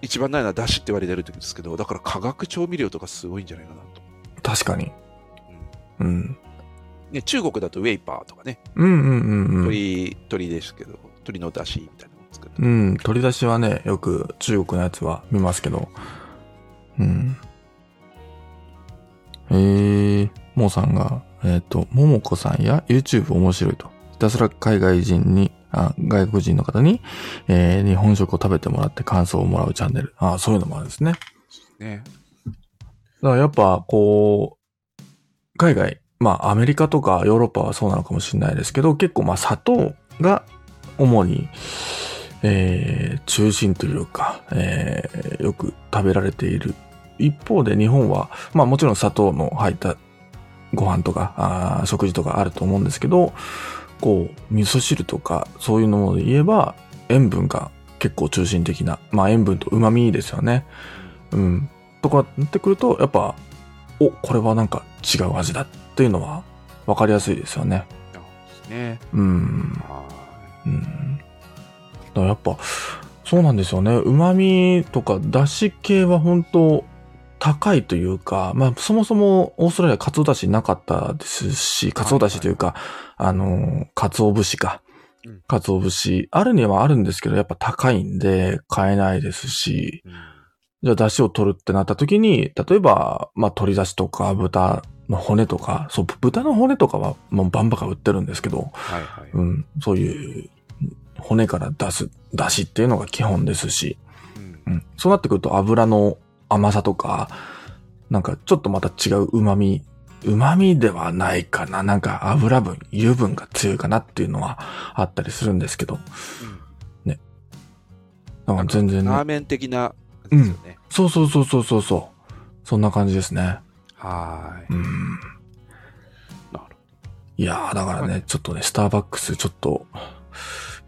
Speaker 2: 一番ないのは出汁って言われてる時ですけど、だから化学調味料とかすごいんじゃないかなと。
Speaker 1: 確かに。
Speaker 2: うん
Speaker 1: うん。
Speaker 2: ね、中国だとウェイパーとかね、
Speaker 1: うんうんうんうん。
Speaker 2: 鳥、鳥ですけど、鳥の出汁みたいなのを作って、
Speaker 1: うん、取り出しはね、よく中国のやつは見ますけど。うん。えー、もーさんが、えっ、と、ももこさんや YouTube 面白いと。ひたすら海外人に、あ外国人の方に、えー日本食を食べてもらって感想をもらうチャンネル。ああ、そういうのもあるんですね。
Speaker 2: ね。
Speaker 1: だからやっぱこう、海外、まあアメリカとかヨーロッパはそうなのかもしれないですけど、結構まあ砂糖が主に、えー中心というか、えーよく食べられている。一方で日本は、まあもちろん砂糖の入ったご飯とか、あー食事とかあると思うんですけど、こう、味噌汁とかそういうので言えば、塩分が結構中心的な、まあ塩分と旨味ですよね。うん。とかなってくると、やっぱ、お、これはなんか違う味だっていうのは分かりやすいですよね。
Speaker 2: ね。
Speaker 1: うん。
Speaker 2: は
Speaker 1: うん。だからやっぱ、そうなんですよね。旨味とか出汁系は本当高いというか、まあそもそもオーストラリアカツオだしなかったですし、カツオだしというか、あの、カツオ節か
Speaker 2: うん。
Speaker 1: カツオ節。あるにはあるんですけど、やっぱ高いんで買えないですし、
Speaker 2: い。うん
Speaker 1: じゃあ、出汁を取るってなった時に、例えば、まあ、鶏出汁とか、豚の骨とか、そう、豚の骨とかは、もうバンバカ売ってるんですけど、
Speaker 2: はいはい。
Speaker 1: うん、そういう、骨から出す、出汁っていうのが基本ですし、
Speaker 2: うん
Speaker 1: うん、そうなってくると油の甘さとか、なんかちょっとまた違う旨味、旨味ではないかな、なんか油分、油分が強いかなっていうのはあったりするんですけど、だから全
Speaker 2: う
Speaker 1: 然
Speaker 2: ん
Speaker 1: ね、
Speaker 2: ラーメン的な、ですよね。
Speaker 1: そうそうそうそうそうそう、そんな感じですね。
Speaker 2: はーい。
Speaker 1: うん。
Speaker 2: なるほど
Speaker 1: いやー、だから
Speaker 2: は
Speaker 1: ね、ちょっとね、スターバックス、ちょっと、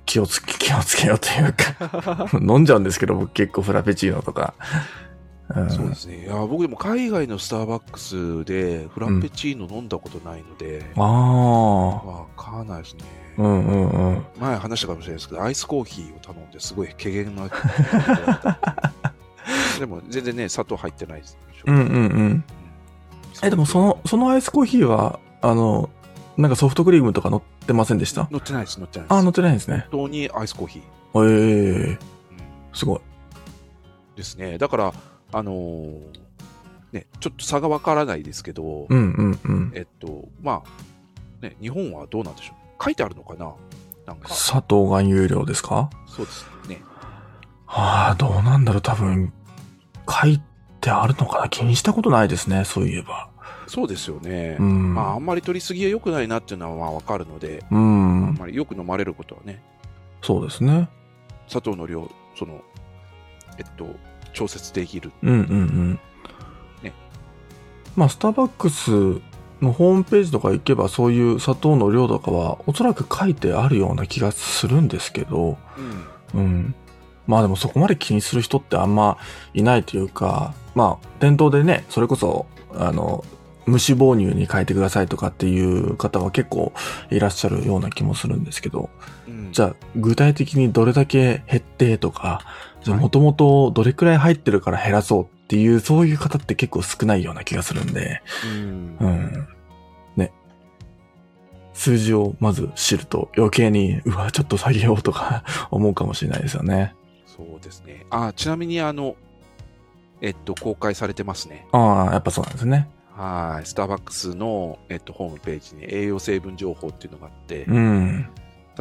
Speaker 1: 気をつけ、気をつけようというか、 飲んじゃうんですけど、僕結構フラペチーノとか。うん、
Speaker 2: そうですね。いや、僕でも海外のスターバックスでフラペチーノ飲んだことないので、
Speaker 1: あ
Speaker 2: わかんないですね。
Speaker 1: あ、うんうんうん。
Speaker 2: 前話したかもしれないですけど、アイスコーヒーを頼んですごい軽減な。 でも全然ね、砂糖入ってないです。
Speaker 1: うんうんうん。え、でもその、そのアイスコーヒーは、あの、なんかソフトクリームとか乗ってませんでした
Speaker 2: 乗ってないです、乗ってないです。
Speaker 1: あ、乗
Speaker 2: 本
Speaker 1: ってないんですね。
Speaker 2: 当にアイスコーヒ
Speaker 1: ええ
Speaker 2: ー。うん
Speaker 1: すごい。
Speaker 2: ですね。だから、あのーね、ちょっと差がわからないですけど、
Speaker 1: うんうんうん。
Speaker 2: えっと、まあ、ね、日本はどうなんでしょう。書いてあるのかななんか、
Speaker 1: 砂糖が有料ですか
Speaker 2: そうですね。
Speaker 1: ああ、どうなんだろう、多分、書いてあるのかな気にしたことないですね、そういえば。
Speaker 2: そうですよね。
Speaker 1: うん。
Speaker 2: まあ、あんまり取りすぎは良くないなっていうのはまあわかるので、
Speaker 1: う
Speaker 2: あん
Speaker 1: ん。
Speaker 2: まりよく飲まれることはね、
Speaker 1: そうですね。
Speaker 2: 砂糖の量、その、えっと、調節できる。
Speaker 1: うんうんうん。
Speaker 2: ね
Speaker 1: まあ、スターバックスのホームページとか行けば、そういう砂糖の量とかは、おそらく書いてあるような気がするんですけど、
Speaker 2: うん。
Speaker 1: うん。まあでもそこまで気にする人ってあんまいないというか、まあ伝統でね、それこそ、あの、無脂肪乳に変えてくださいとかっていう方は結構いらっしゃるような気もするんですけど、
Speaker 2: うん、
Speaker 1: じゃあ具体的にどれだけ減ってとか、じゃあ
Speaker 2: はい
Speaker 1: もともとどれくらい入ってるから減らそうっていう、そういう方って結構少ないような気がするんで、
Speaker 2: うん
Speaker 1: うん。ね。数字をまず知ると余計に、うわ、ちょっと下げようとか 思うかもしれないですよね。
Speaker 2: そうですね。あ、ちなみにあの、えっと、公開されてますね。
Speaker 1: ああ、やっぱそうなんですね。
Speaker 2: はい。スターバックスの、えっと、ホームページに栄養成分情報っていうのがあって、
Speaker 1: うん。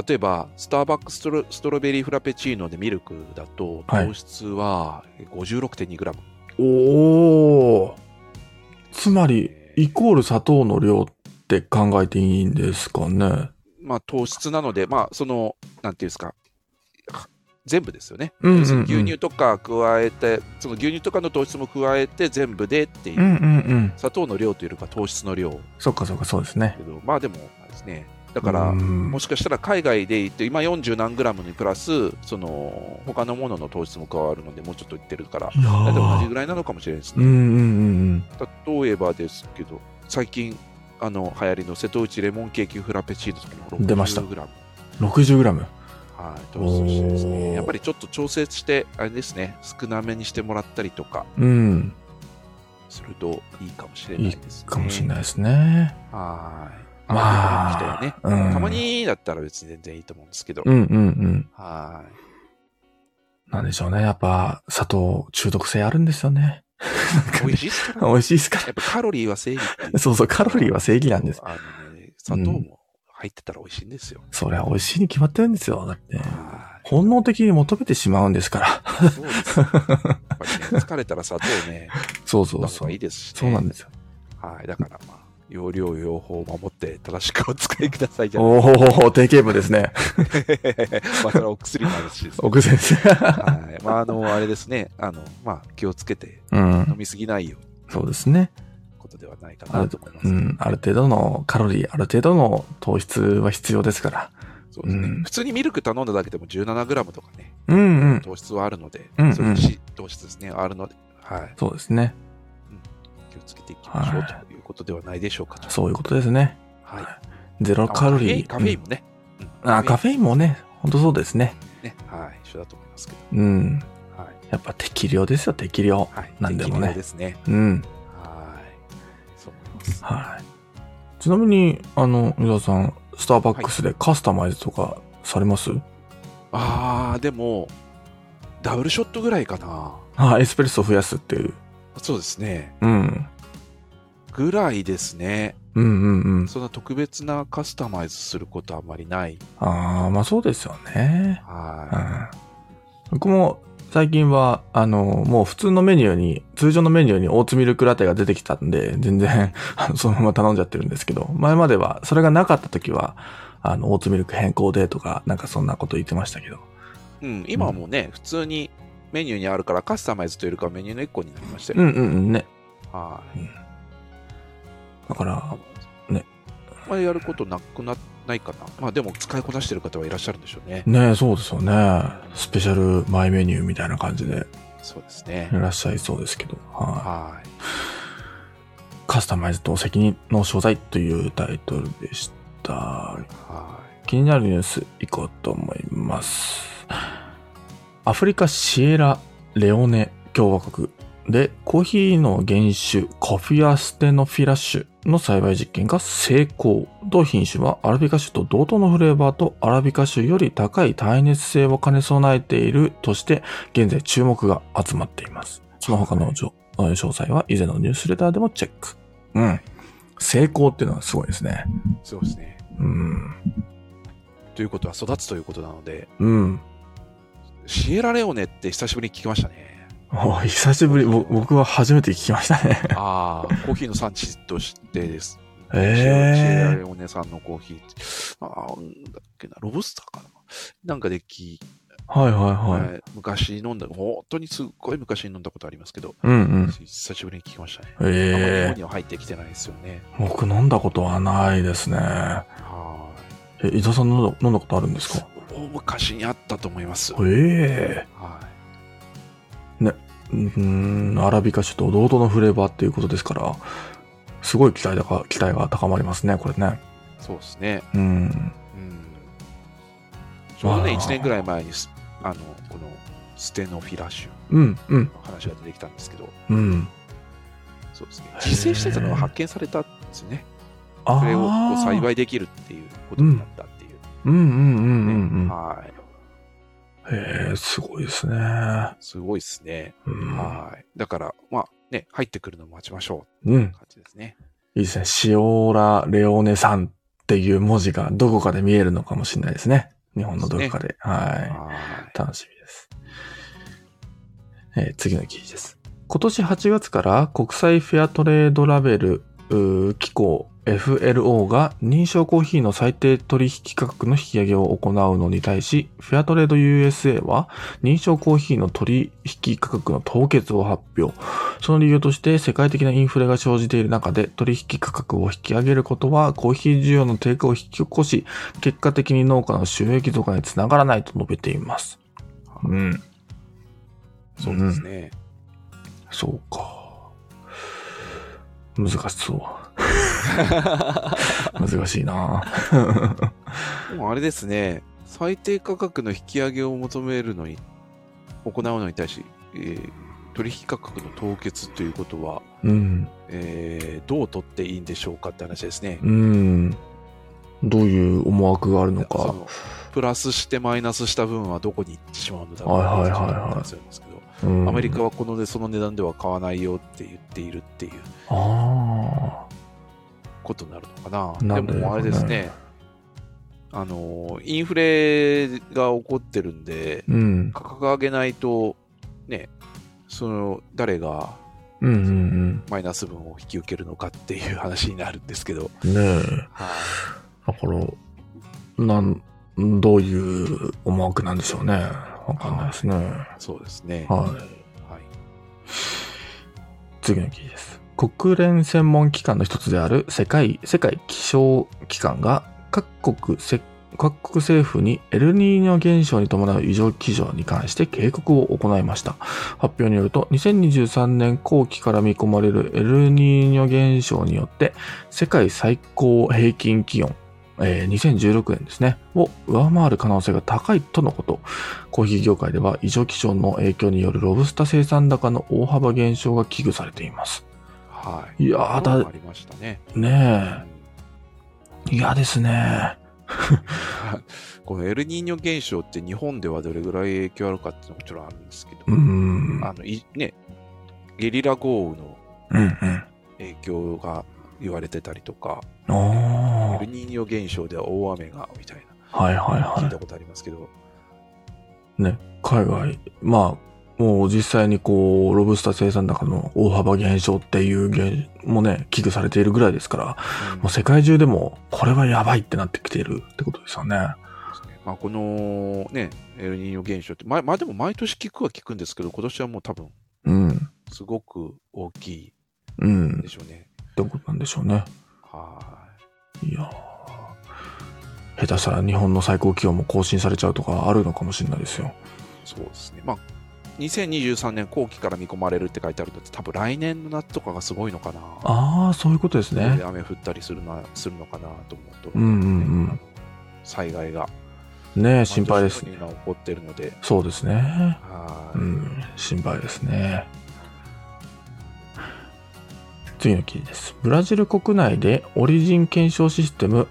Speaker 2: 例えば、スターバックストロストロベリーフラペチーノでミルクだと、
Speaker 1: はい
Speaker 2: 糖質は 56.2g。
Speaker 1: おー。つまり、イコール砂糖の量って考えていいんですかね。
Speaker 2: まあ、糖質なので、まあ、その、なんていうんですか、は全部ですよね。
Speaker 1: うんうんうん
Speaker 2: 要するに牛乳とか加えて、その牛乳とかの糖質も加えて全部でっていう、
Speaker 1: うんうんうん。
Speaker 2: 砂糖の量というよりか糖質の量
Speaker 1: そっかそっか、そうですね。
Speaker 2: けど、まあでも、あれですね。だから、
Speaker 1: うん
Speaker 2: もしかしたら海外で言って、今40何グラムにプラス、その、他のものの糖質も加わるので、もうちょっといってるから、
Speaker 1: いや
Speaker 2: 大体同じ
Speaker 1: ー
Speaker 2: ぐらいなのかもしれないです
Speaker 1: うん
Speaker 2: ね。
Speaker 1: うんうん
Speaker 2: 例えばですけど、最近、あの、流行りの瀬戸内レモンケーキフラペチーノとかの
Speaker 1: 出ました
Speaker 2: 60グラム。
Speaker 1: うん。60g。
Speaker 2: はい、糖質としてです
Speaker 1: お
Speaker 2: ね。
Speaker 1: ー
Speaker 2: やっぱりちょっと調節して、あれですね、少なめにしてもらったりとか、
Speaker 1: うん。
Speaker 2: するといいかもしれないです、ね。
Speaker 1: かもしれないですね。
Speaker 2: はーい。
Speaker 1: まあ
Speaker 2: の人はね、
Speaker 1: うん
Speaker 2: たまにだったら別に全然いいと思うんですけど。
Speaker 1: うんうんうん。
Speaker 2: はーい。
Speaker 1: なんでしょうね。やっぱ、砂糖中毒性あるんですよね。
Speaker 2: 美味しいっすからね
Speaker 1: 美味しいですか
Speaker 2: やっぱカロリーは正義っていう。
Speaker 1: そうそうカロリーは正義なんです
Speaker 2: あのね、砂糖も入ってたら美味しいんですよ。
Speaker 1: そりゃ美味しいに決まってるんですよ。だって。
Speaker 2: は
Speaker 1: 本能的に求めてしまうんですから。
Speaker 2: い。そうですよ。やっぱりね、疲れたら砂糖ね、
Speaker 1: そうそ
Speaker 2: 取
Speaker 1: う
Speaker 2: った方
Speaker 1: そう
Speaker 2: がい。いですし、ね。
Speaker 1: そうなんですよ。
Speaker 2: はい。だからまあ、容量、用法を守って正しくお使いくださいじゃない
Speaker 1: おお定型文ですね。
Speaker 2: まあ、それはお薬もあるしですね、
Speaker 1: 奥先生。
Speaker 2: はい。まあ、あの、あれですね。あの、まあ、気をつけて
Speaker 1: う
Speaker 2: 飲
Speaker 1: ん。
Speaker 2: みすぎないよ
Speaker 1: そうですね。
Speaker 2: ことではないか
Speaker 1: あ
Speaker 2: な
Speaker 1: る
Speaker 2: と思います。
Speaker 1: うん。ある程度のカロリー、ある程度の糖質は必要ですから。
Speaker 2: そうですね
Speaker 1: うん
Speaker 2: 普通にミルク頼んだだけでも 17g とかね、
Speaker 1: うんうん。
Speaker 2: 糖質はあるので、
Speaker 1: うんうん
Speaker 2: それにし糖質ですね、あるので、はい、
Speaker 1: そうですね。
Speaker 2: 気をつけていきまし
Speaker 1: は
Speaker 2: ょうということではないでしょうかと。
Speaker 1: そういうことですね。
Speaker 2: はい、
Speaker 1: ゼロカロリー。
Speaker 2: あカフェインカフェインもね。うん
Speaker 1: うんあ、カ
Speaker 2: フ
Speaker 1: フェインもね、ほんとそうですね。
Speaker 2: ェインね。はい、一緒だと思いますけ
Speaker 1: うん。
Speaker 2: ど。はい。
Speaker 1: やっぱ適量ですよ、適量。
Speaker 2: はい、
Speaker 1: なんでもね
Speaker 2: 適量ですね。
Speaker 1: うん。
Speaker 2: はい。そう思います。
Speaker 1: はい。ちなみに、あの、伊沢さん、スターバックスでカスタマイズとかされます、
Speaker 2: あー、でも、ダブルショットぐらいかな。
Speaker 1: あ、エスプレッソ増やすっていう。
Speaker 2: そうですね。
Speaker 1: うん。
Speaker 2: ぐらいですね。
Speaker 1: うんうんうん。
Speaker 2: そんな特別なカスタマイズすることあんまりない。
Speaker 1: ああ、まあそうですよね。う
Speaker 2: は
Speaker 1: ん。僕も最近は、あの、もう普通のメニューに、通常のメニューにオーツミルクラテが出てきたんで、全然 あのそのまま頼んじゃってるんですけど、前までは、それがなかった時は、あの、オーツミルク変更でとか、なんかそんなこと言ってましたけど。
Speaker 2: い。うん、今はもうね、普通にメニューにあるからカスタマイズというよりかはメニューの一個になりましたよ
Speaker 1: う。んうんうんね。
Speaker 2: はい。
Speaker 1: だから、ね。
Speaker 2: あんまりやることなくな、ないかな。まあでも使いこなしてる方はいらっしゃるんでしょうね。
Speaker 1: ねそうですよね。スペシャルマイメニューみたいな感じで
Speaker 2: そうですね
Speaker 1: い。らっしゃいそうですけど、は
Speaker 2: はい。
Speaker 1: い、カスタマイズと責任の商材というタイトルでした。
Speaker 2: は
Speaker 1: 気になるニュースいこうと思います。アフリカシエラレオネ共和国でコーヒーの原種カフィアステノフィラッシュの栽培実験が成功。同品種はアラビカ種と同等のフレーバーとアラビカ種より高い耐熱性を兼ね備えているとして現在注目が集まっています。その他のじょ詳細は以前のニュースレターでもチェック。うん。成功っていうのはすごいですね。
Speaker 2: い。そうですね。
Speaker 1: うん。
Speaker 2: ということは育つということなので、
Speaker 1: うん。
Speaker 2: シエラレオネって久しぶりに聞きました ね。
Speaker 1: お久しぶり、ぼ僕は初めて聞きま したね。
Speaker 2: ああ、コーヒーの産地としてです。
Speaker 1: へー
Speaker 2: シエラレオネさんのコーヒー。ああ、なんだっけな、ロブスターかななんかで聞い
Speaker 1: はいはいはい。
Speaker 2: えー昔飲んだ、本当にすっごい昔に飲んだことありますけど、
Speaker 1: うんうん。
Speaker 2: 久しぶりに聞きましたね。あんまり日
Speaker 1: え
Speaker 2: 本には入ってきてないですよね。
Speaker 1: え僕飲んだことはないですね。
Speaker 2: はー
Speaker 1: え、
Speaker 2: い。
Speaker 1: 伊沢さん飲んだ飲んだことあるんですか
Speaker 2: 大昔にあったと思います。はい。
Speaker 1: ええうーん、アラビカ種と同等のフレーバーっていうことですから、すごい期待だか期待が高まりますね、これね。
Speaker 2: そうですね。
Speaker 1: うん。
Speaker 2: うん。ちょうどね、
Speaker 1: まあ
Speaker 2: 1年ぐらい前にす、あの、このステノフィラッシ
Speaker 1: うん、うん
Speaker 2: ュ、の話が出てきたんですけど、
Speaker 1: うん。
Speaker 2: そうですね。
Speaker 1: へー
Speaker 2: 自生してたのが発見されたんですよね。
Speaker 1: ああ。
Speaker 2: それをこう栽培できるっていうことになったっていう、ね
Speaker 1: うんうんうんうんうん。
Speaker 2: はい。
Speaker 1: ええすごいですね。
Speaker 2: すごいですね。
Speaker 1: うん。
Speaker 2: はい。だから、まあ、ね、入ってくるのを待ちましょ
Speaker 1: う。
Speaker 2: うん感じですね。
Speaker 1: いいですね。シオラ・レオネさんっていう文字がどこかで見えるのかもしれないですね。日本のどこかで。は。
Speaker 2: はい
Speaker 1: 楽しみです。えー次の記事です。今年8月から国際フェアトレードラベルうー機構 FLO が認証コーヒーの最低取引価格の引き上げを行うのに対し、フェアトレード USA は認証コーヒーの取引価格の凍結を発表。その理由として世界的なインフレが生じている中で取引価格を引き上げることはコーヒー需要の低下を引き起こし、結果的に農家の収益増加につながらないと述べています。うん。
Speaker 2: い。そうですね。
Speaker 1: そうか。難し そう。難しいな。
Speaker 2: でもあれですね、最低価格の引き上げを求めるのに、行うのに対し、えー取引価格の凍結ということは、
Speaker 1: うん。
Speaker 2: えーどう取っていいんでしょうかって話ですね。
Speaker 1: うん。どういう思惑があるの
Speaker 2: そ
Speaker 1: か。
Speaker 2: のプラスしてマイナスした分はどこに行ってしまうのだろう
Speaker 1: はいはいはいはい
Speaker 2: なってんですけど、
Speaker 1: うん
Speaker 2: アメリカはこのでその値段では買わないよって言っているっていう
Speaker 1: あ
Speaker 2: ことになるのかな。
Speaker 1: なるほど
Speaker 2: でもあれですね、あのインフレが起こってるんで、
Speaker 1: あ。うん。
Speaker 2: 価格上げないと、ね、その誰が
Speaker 1: うんうん
Speaker 2: マイナス分を引き受けるのかっていう話になるんですけど、
Speaker 1: うん。ねえ。だから、なん、どういう思惑なんでしょうね。わかんないですね。
Speaker 2: そうですね。
Speaker 1: はい。
Speaker 2: はい
Speaker 1: 次の記事です。国連専門機関の一つである世界、世界気象機関が各国せ、各国政府にエルニーニョ現象に伴う異常気象に関して警告を行いました。発表によると、2023年後期から見込まれるエルニーニョ現象によって、世界最高平均気温、えー2016年ですね、を上回る可能性が高いとのこと。コーヒー業界では異常気象の影響によるロブスタ生産高の大幅減少が危惧されています。
Speaker 2: はい
Speaker 1: いやー
Speaker 2: こういうの
Speaker 1: だ
Speaker 2: もあ、りましたね。
Speaker 1: ねえ、嫌ですね。
Speaker 2: このエルニーニョ現象って日本ではどれぐらい影響あるかっていうのももちろんあるんですけど、
Speaker 1: うーん。
Speaker 2: あのいね、ゲリラ豪雨の
Speaker 1: うんうん。
Speaker 2: 影響が言われてたりとか、エ
Speaker 1: あ
Speaker 2: ルニーニョ現象では大雨がみたい
Speaker 1: あ、はいはい
Speaker 2: な、聞い
Speaker 1: は
Speaker 2: たことありますけど、
Speaker 1: い。ね、海外、まあ、もう実際にこう、ロブスタ生産高の大幅減少っていう現もね、危惧されているぐらいですから、
Speaker 2: うん
Speaker 1: もう世界中でもこれはやばいってなってきているってことですよね。
Speaker 2: まあ、この、ね、エルニーニョ現象って、ままあでも毎年聞くは聞くんですけど、今年はもう多分
Speaker 1: うん。
Speaker 2: すごく大きい
Speaker 1: うん。っ
Speaker 2: でしょうね。
Speaker 1: てことなんでしょうね。
Speaker 2: はい
Speaker 1: やー下手したら日本の最高気温も更新されちゃうとかあるのかもしれないですよ。
Speaker 2: い。そうですね。まあ2023年後期から見込まれるって書いてあるのって多分来年の夏とかがすごいのかな。
Speaker 1: ああ、そういうことですね
Speaker 2: で。雨降ったりするなするのかなと思うと、
Speaker 1: うんうんうん
Speaker 2: あの災害が
Speaker 1: ねえ、心配です
Speaker 2: 毎。年のように起こってるので、
Speaker 1: そうですね。
Speaker 2: は
Speaker 1: う
Speaker 2: い
Speaker 1: ん、心配ですね。次の記事です。ブラジル国内でオリジン検証システム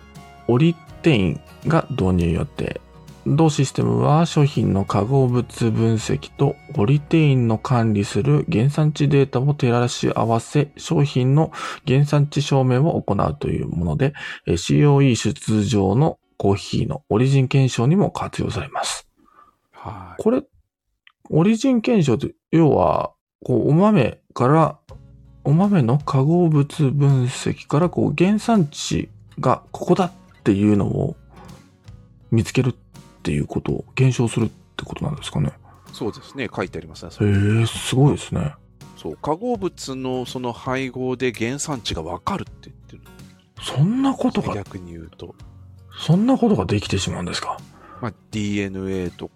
Speaker 1: オリテインが導入予定。同システムは商品の化合物分析とオリテインの管理する原産地データを照らし合わせ商品の原産地証明を行うというもので、えー COE 出場のコーヒーのオリジン検証にも活用されます。
Speaker 2: はい
Speaker 1: これ、オリジン検証って、要は、こう、お豆から、お豆の化合物分析から、こう、原産地がここだっていうのを見つけるっていうことを検証するってことなんですかね。
Speaker 2: そうですね、書いてありますね。そ
Speaker 1: へ
Speaker 2: う
Speaker 1: えすごいですね。
Speaker 2: そう化合物のその配合で原産地が分かるって言ってるんで
Speaker 1: そんなこと
Speaker 2: すね、
Speaker 1: が、
Speaker 2: 逆に言うと、
Speaker 1: そんなことができてしまうんですか。
Speaker 2: まあ、DNA と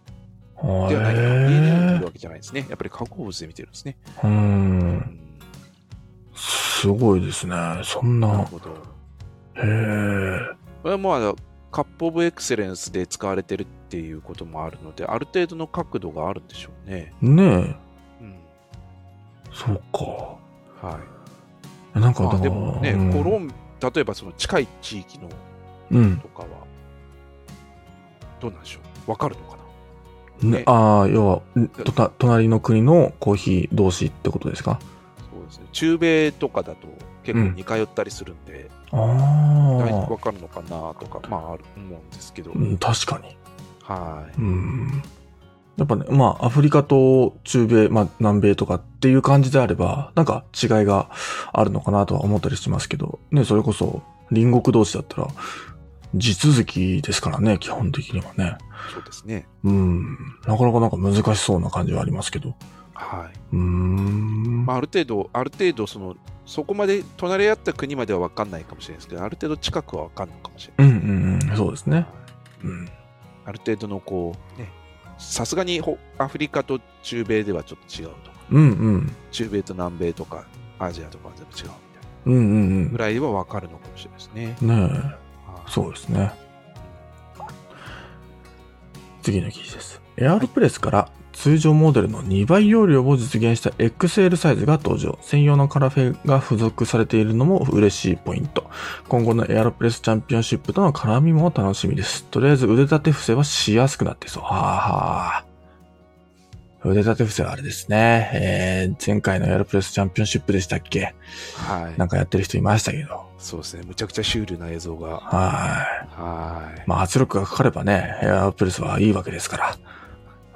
Speaker 1: へ
Speaker 2: ではないか、DNA を見
Speaker 1: え
Speaker 2: るわけじゃないですね。やっぱり化合物で見てるんですね。
Speaker 1: う。
Speaker 2: うんん、
Speaker 1: すごいですね。そん
Speaker 2: なる
Speaker 1: な。
Speaker 2: ほど。
Speaker 1: へえ。
Speaker 2: これはもうあのカップ・オブ・エクセレンスで使われてるっていうこともあるので、ある程度の角度があるんでしょうね。
Speaker 1: ねえ。
Speaker 2: うん、
Speaker 1: そうか。
Speaker 2: はい。
Speaker 1: なんか、
Speaker 2: ま
Speaker 1: だ
Speaker 2: あ、
Speaker 1: から
Speaker 2: でもね、
Speaker 1: うん
Speaker 2: コロン例えばその近い地域の
Speaker 1: うん。
Speaker 2: とかは、どうなんでしょう、わかるのかな。
Speaker 1: ね
Speaker 2: ね、
Speaker 1: ああ、要は、んとた隣の国のコーヒー同士ってことですか
Speaker 2: そうですね、中米とかだと結
Speaker 1: うん
Speaker 2: 構似通ったりするんで、
Speaker 1: あ
Speaker 2: 大体
Speaker 1: あ
Speaker 2: わ、かるのかなとか、まあ、あると思うんですけど、
Speaker 1: うん、確かに。
Speaker 2: は
Speaker 1: う。ん。やっぱね、まあ、アフリカと中米、まあ、南米とかっていう感じであれば、なんか違いがあるのかなとは思ったりしますけど、ね、それこそ、隣国同士だったら、地続きですからね、基本的にはね。
Speaker 2: そうですね。
Speaker 1: うん。なかなかなんか難しそうな感じはありますけど。
Speaker 2: はい。
Speaker 1: うーん。
Speaker 2: まあ、ある程度、ある程度、その、そこまで、隣り合った国まではわかんないかもしれないですけど、ある程度近くはわかんのかもしれ
Speaker 1: う
Speaker 2: ない。
Speaker 1: んうんうん、そうですね。うん。
Speaker 2: ある程度のこう、ね、さすがにほアフリカと中米ではちょっと違うとか。
Speaker 1: うんうん。
Speaker 2: 中米と南米とかアジアとかは全部違うみたいな
Speaker 1: うんうん
Speaker 2: ぐらいは分かるのかもしれないですね。
Speaker 1: うん。ねえ。
Speaker 2: はい
Speaker 1: そうですね。次の記事です。エアロプレスから通常モデルの2倍容量を実現した XL サイズが登場。専用のカラフェが付属されているのも嬉しいポイント。今後のエアロプレスチャンピオンシップとの絡みも楽しみです。とりあえず腕立て伏せはしやすくなっていそう。はあはあ。腕立て伏せはあれですね。えー、前回のエアロプレスチャンピオンシップでしたっけ
Speaker 2: はい
Speaker 1: なんかやってる人いましたけど。
Speaker 2: そうですね。むちゃくちゃシュールな映像が。
Speaker 1: はい。
Speaker 2: はい。
Speaker 1: まあ圧力がかかればね、エアプレスはいいわけですか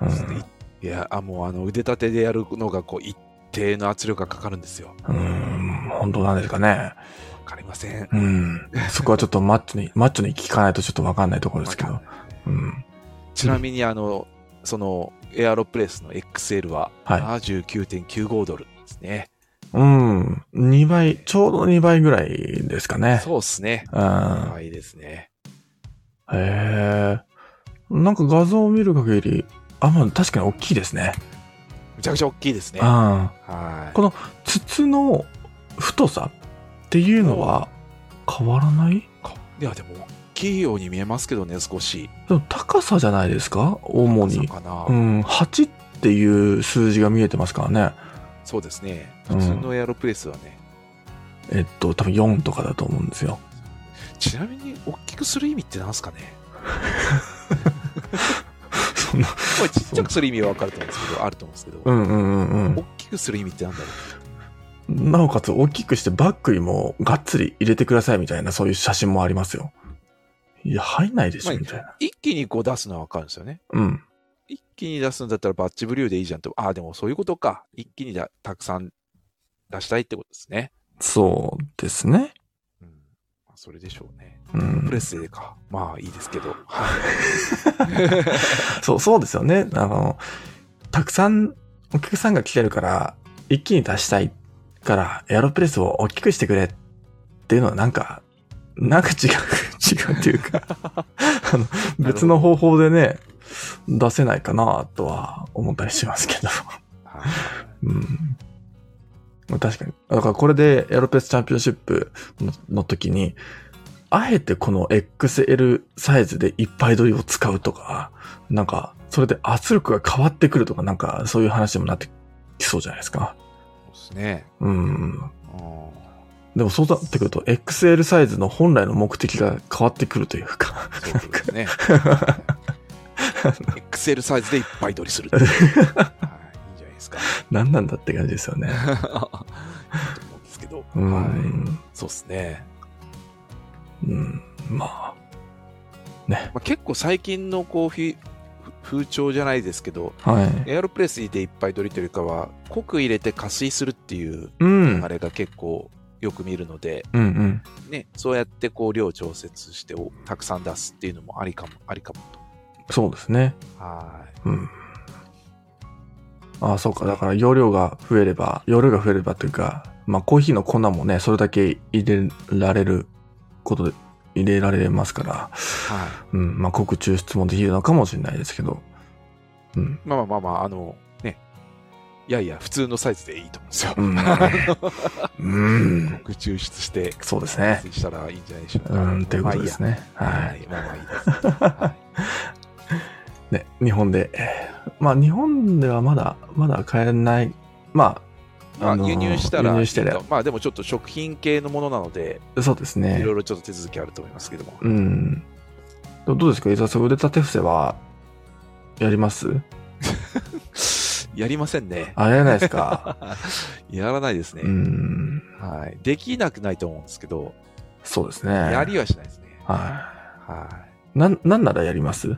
Speaker 1: ら。うん。
Speaker 2: いや、あもうあの腕立てでやるのがこう一定の圧力がかかるんですよ。
Speaker 1: うん、本当なんですかね。
Speaker 2: わかりません。
Speaker 1: うん。そこはちょっとマッチョに、マッチョに聞かないとちょっとわかんないところですけ
Speaker 2: わ
Speaker 1: ど
Speaker 2: か。んない
Speaker 1: うん。
Speaker 2: ちなみにあの、そのエアロプレスの XL は
Speaker 1: はい
Speaker 2: 79.95ドルですね。
Speaker 1: うん。2倍、ちょうど2倍ぐらいですかね。
Speaker 2: そうですね。
Speaker 1: うん。
Speaker 2: はいですね。
Speaker 1: へえ。なんか画像を見る限り、あ、まあ確かに大きいですね。
Speaker 2: むちゃくちゃ大きいですね。は
Speaker 1: うん。
Speaker 2: い。
Speaker 1: 筒の太さっていうのは変わらない
Speaker 2: かいや、でも大きいように見えますけどね、少し。
Speaker 1: でも高さじゃないですか主に。
Speaker 2: 高さかな、
Speaker 1: うん、8っていう数字が見えてますからね。
Speaker 2: そうですね。
Speaker 1: うん
Speaker 2: 普通のエアロプレスはね。
Speaker 1: えっと、多分4とかだと思うんですよ。
Speaker 2: ちなみに、大きくする意味ってなんすかね
Speaker 1: そんな。
Speaker 2: まあちっちゃくする意味は分かると思うんですけど、あると思うんですけど、
Speaker 1: うんうんうん
Speaker 2: 大きくする意味ってなんだろう
Speaker 1: うん。なおかつ大きくしてバックにもがっつり入れてくださいみたいなそういう写真もありますよ。いや、入んないでし
Speaker 2: ま
Speaker 1: ょ
Speaker 2: あ
Speaker 1: みたいな。
Speaker 2: 一気にこう出すのは分かるんですよね。
Speaker 1: うん。
Speaker 2: 一気に出すんだったらバッチブリューでいいじゃんと。ああ、でもそういうことか。一気にだたくさん出したいってことですね。
Speaker 1: そうですね。
Speaker 2: うん。まあ、それでしょうね。
Speaker 1: うん
Speaker 2: プレ。スでか。まあいいですけど。は い
Speaker 1: そう、そうですよね。あの、たくさんお客さんが来てるから、一気に出したいから、エアロプレスを大きくしてくれっていうのはなんか、なんか違 う、違うっていうか、あの、別の方法でね、出せないかなとは思ったりしますけど。
Speaker 2: はい
Speaker 1: うん。確かに。だからこれでエアロプレスチャンピオンシップのの時に、あえてこの XL サイズでいっぱい取りを使うとか、なんか、それで圧力が変わってくるとか、なんか、そういう話にもなってきそうじゃないですか。
Speaker 2: そうですね。
Speaker 1: うん。
Speaker 2: うん
Speaker 1: でもそうなってくると、XL サイズの本来の目的が変わってくるというか。
Speaker 2: そういうことですね。XL サイズでいっぱい取りす る。はい、いいんじゃないですか。
Speaker 1: 何なんだって感じですよね。
Speaker 2: いいと思うんですけど。
Speaker 1: う
Speaker 2: はい。
Speaker 1: ん。
Speaker 2: そうですね。
Speaker 1: うん。ま
Speaker 2: まあ、結構最近のこうフィ風潮じゃないですけど、
Speaker 1: あ。はい。
Speaker 2: エアロプレスでいっぱい取りというよりかは、濃く入れて加水するっていう
Speaker 1: うん。
Speaker 2: あれが結構よく見るので、
Speaker 1: うんうん。
Speaker 2: ね、そうやってこう量調節しておたくさん出すっていうのもありかも、ありかもと。
Speaker 1: そうですね。
Speaker 2: は
Speaker 1: うん。ああ、そうか。だから容量が増えれば、容量が増えればというか、まあコーヒーの粉もね、それだけ入れられることで、入れられますから、
Speaker 2: い。は
Speaker 1: うん、まあ濃く抽出もできるのかもしれないですけど、うん。
Speaker 2: い。まあまあまあまあ、あの、ね、いやいや、普通のサイズでいいと思うんですよ。
Speaker 1: うん。うん
Speaker 2: 濃く抽出して、
Speaker 1: そうです
Speaker 2: 加
Speaker 1: ね。
Speaker 2: 水したらいいんじゃないでしょうか。
Speaker 1: うん、ということですね。
Speaker 2: まあい
Speaker 1: は。
Speaker 2: いや。はいい。まあまあいいです。 は
Speaker 1: ね、日本で、えーまあ日本ではまだ、まだ買えない、ま
Speaker 2: いま
Speaker 1: あ
Speaker 2: あ
Speaker 1: のー
Speaker 2: 輸入したら
Speaker 1: 輸入したら
Speaker 2: まあでもちょっと食品系のものなので、
Speaker 1: あ、そうですね。
Speaker 2: いろいろちょっと手続きあると思いますけども。
Speaker 1: うん。どどうですか伊沢さん、腕立て伏せは、やります
Speaker 2: やりませんね。
Speaker 1: あ、やらないですか
Speaker 2: やらないです ね、
Speaker 1: うん。
Speaker 2: はい。できなくないと思うんですけど、
Speaker 1: そうですね。
Speaker 2: やりはしないですね。
Speaker 1: は。
Speaker 2: はい
Speaker 1: なん、なんならやります
Speaker 2: い。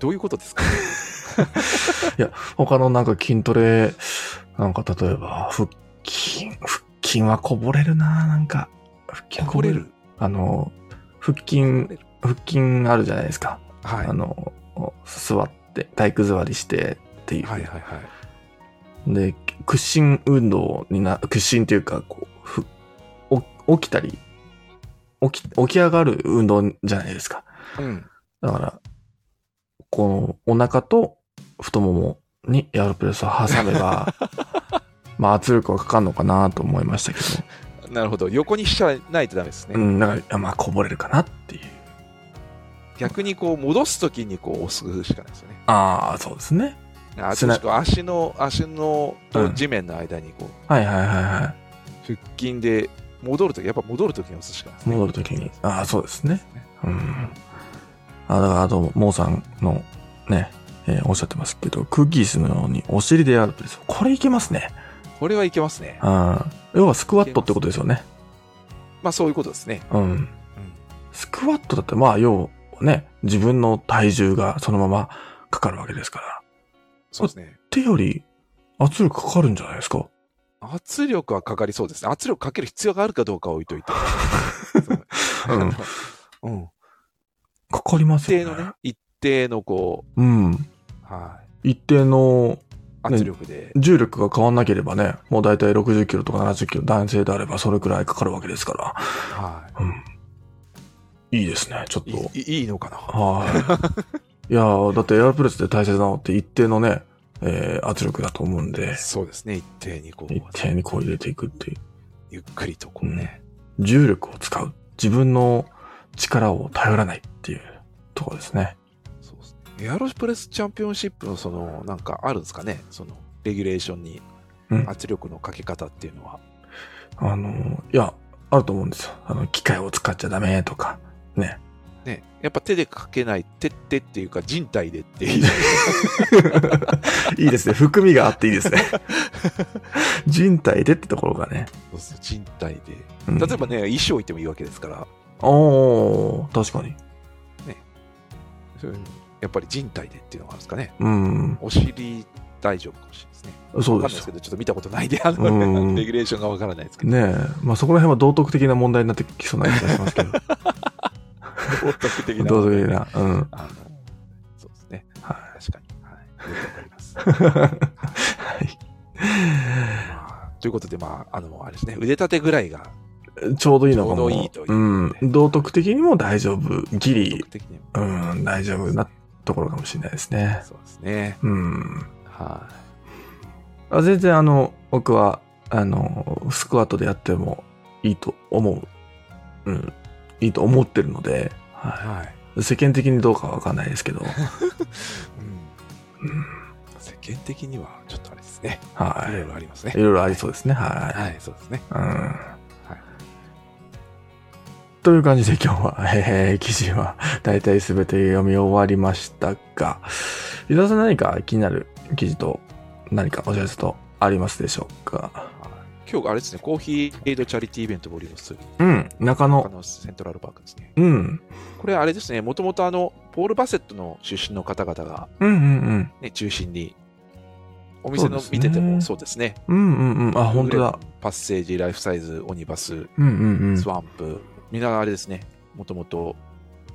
Speaker 2: どういうことですか
Speaker 1: 他のなんか筋トレ、なんか例えば、腹筋、腹筋はこぼれるななんか。腹筋は
Speaker 2: これる。
Speaker 1: あの、腹
Speaker 2: こ
Speaker 1: 筋
Speaker 2: れる、
Speaker 1: 腹筋あるじゃないですか。
Speaker 2: はい。
Speaker 1: あ
Speaker 2: はい
Speaker 1: の、座って、体育座りしてっていう。
Speaker 2: はいはいはい。
Speaker 1: で、屈伸運動にな、屈伸というか、こう、ふ、お起きたり、起き、起き上がる運動じゃないですか。
Speaker 2: うん。
Speaker 1: だから、この、お腹と太ももにエアロプレスを挟めば、まあ圧力はかかるのかなと思いましたけ
Speaker 2: なるほど。横にしちゃないとダメですね。
Speaker 1: ど、うん、だから、まあこぼれるかなっていう。
Speaker 2: 逆にこう戻すときにこう押すしかないですよね。
Speaker 1: ああ、そうですね。
Speaker 2: あ
Speaker 1: すな
Speaker 2: 確か足の、足のと
Speaker 1: うん
Speaker 2: 地面の間にこう、
Speaker 1: はいはいはいは
Speaker 2: 腹筋で戻るとき、やっぱ戻るときに押すしかないです
Speaker 1: い。
Speaker 2: ね。
Speaker 1: 戻るときに。ああ、そうですね。
Speaker 2: ね
Speaker 1: うん。あ、だから、あと、モーさんのね、えーおっしゃってますけど、クッキースのようにお尻でやるとですよ。これいけますね。
Speaker 2: これはいけますね。
Speaker 1: うん。要はスクワットってことですよね。
Speaker 2: まあそういうことですね。
Speaker 1: うん。
Speaker 2: うん
Speaker 1: スクワットだって、まあ、要はね、自分の体重がそのままかかるわけですから。
Speaker 2: そうですね。
Speaker 1: 手より圧力かかるんじゃないですか。
Speaker 2: 圧力はかかりそうですね。圧力かける必要があるかどうかは置いといて。
Speaker 1: うん
Speaker 2: あのうん。
Speaker 1: かかりま
Speaker 2: 一
Speaker 1: す
Speaker 2: 定
Speaker 1: よね。
Speaker 2: のね、一定のこ
Speaker 1: うん。
Speaker 2: う、はい、
Speaker 1: 一定の
Speaker 2: 圧力で、
Speaker 1: 重力が変わんなければね、もうだいたい60キロとか70キロ男性であればそれくらいかかるわけですか
Speaker 2: は
Speaker 1: ら。うん。いいですね、ちょっ
Speaker 2: い、
Speaker 1: と。
Speaker 2: いいいいのかな。
Speaker 1: はい。いやーだってエアロプレスで大切なのって一定のね、えー圧力だと思うんで、
Speaker 2: そうですね、一定にこう、
Speaker 1: 一定にこう入れていくっていう。
Speaker 2: ゆっくりとこうね、
Speaker 1: 重力を使う。自分の力を頼らないっていうところですね。
Speaker 2: そうですね。エアロプレスチャンピオンシップのその、なんかあるんですかね、その、レギュレーションに
Speaker 1: うん
Speaker 2: 圧力のかけ方っていうのは。
Speaker 1: あの、いや、あると思うんですよ。あの、機械を使っちゃダメとか、ね。
Speaker 2: ね、やっぱ手でかけない、手ってっていうか人体でっ ていう。
Speaker 1: いい ですね。含みがあっていいですね。人体でってところがね。
Speaker 2: そうそう人体で。
Speaker 1: うん
Speaker 2: 例えばね、衣装置いてもいいわけですから、
Speaker 1: おー、確かに。
Speaker 2: そういうやっぱり人体でっていうのがあるんですかね。
Speaker 1: うん。
Speaker 2: お尻大丈夫かもしれないですね。
Speaker 1: そう
Speaker 2: わか
Speaker 1: で
Speaker 2: んない
Speaker 1: す
Speaker 2: で
Speaker 1: よ
Speaker 2: すけ。ど、ちょっと見たことないんで、あ
Speaker 1: う
Speaker 2: の、
Speaker 1: ん
Speaker 2: レギュレーションがわからないですけど、
Speaker 1: ねえ。まあそこら辺は道徳的な問題になってきそうな気がし ますけど。
Speaker 2: 道徳的な。
Speaker 1: 道徳的な。うん。
Speaker 2: あの、そうですね。
Speaker 1: は
Speaker 2: 確かに。はい。よくわかります。
Speaker 1: い。は
Speaker 2: まあということで、まあ、あの、あれですね、腕立てぐらいが、
Speaker 1: い。ちょうどいいのかも。
Speaker 2: ちょうどいいという
Speaker 1: うん。道徳的にも大丈夫。ギ
Speaker 2: 道
Speaker 1: リ
Speaker 2: 徳、的にも
Speaker 1: うん、大丈夫なところかもしれないですね。
Speaker 2: そうですね。
Speaker 1: うん。
Speaker 2: は
Speaker 1: あ全然あの僕はあのスクワットでやってもいいと思う、うん、いいと思ってるので、
Speaker 2: い。
Speaker 1: は
Speaker 2: はい。
Speaker 1: い、世間的にどうかわかんないです けど、
Speaker 2: うん
Speaker 1: うん
Speaker 2: 世間的には、ちょっとあれですね。いろい
Speaker 1: は
Speaker 2: ろありますね
Speaker 1: い、い。ろいろありそうですねは
Speaker 2: はい、そうですね。
Speaker 1: い、うんという感じで今日は、 えー記事は大体全て読み終わりましたが伊沢さん何か気になる記事と何かお知らせとありますでしょうか
Speaker 2: はい今日、あれですね、コーヒーエイドチャリティーイベントボリューム3、
Speaker 1: うん中
Speaker 2: 他
Speaker 1: 野
Speaker 2: のセントラルパークですね。
Speaker 1: うん
Speaker 2: これ、あれですね、もともとあの、ポール・バセットの出身の方々が、
Speaker 1: うんうん
Speaker 2: ね、中心に、お店の
Speaker 1: そうですね
Speaker 2: 見てても、そうですね。
Speaker 1: うんうんうんうんあ本当だ
Speaker 2: パッセージ、ライフサイズ、オニバス、
Speaker 1: うんうんうん
Speaker 2: ス。ワンプ、みんなあれですね、もともと、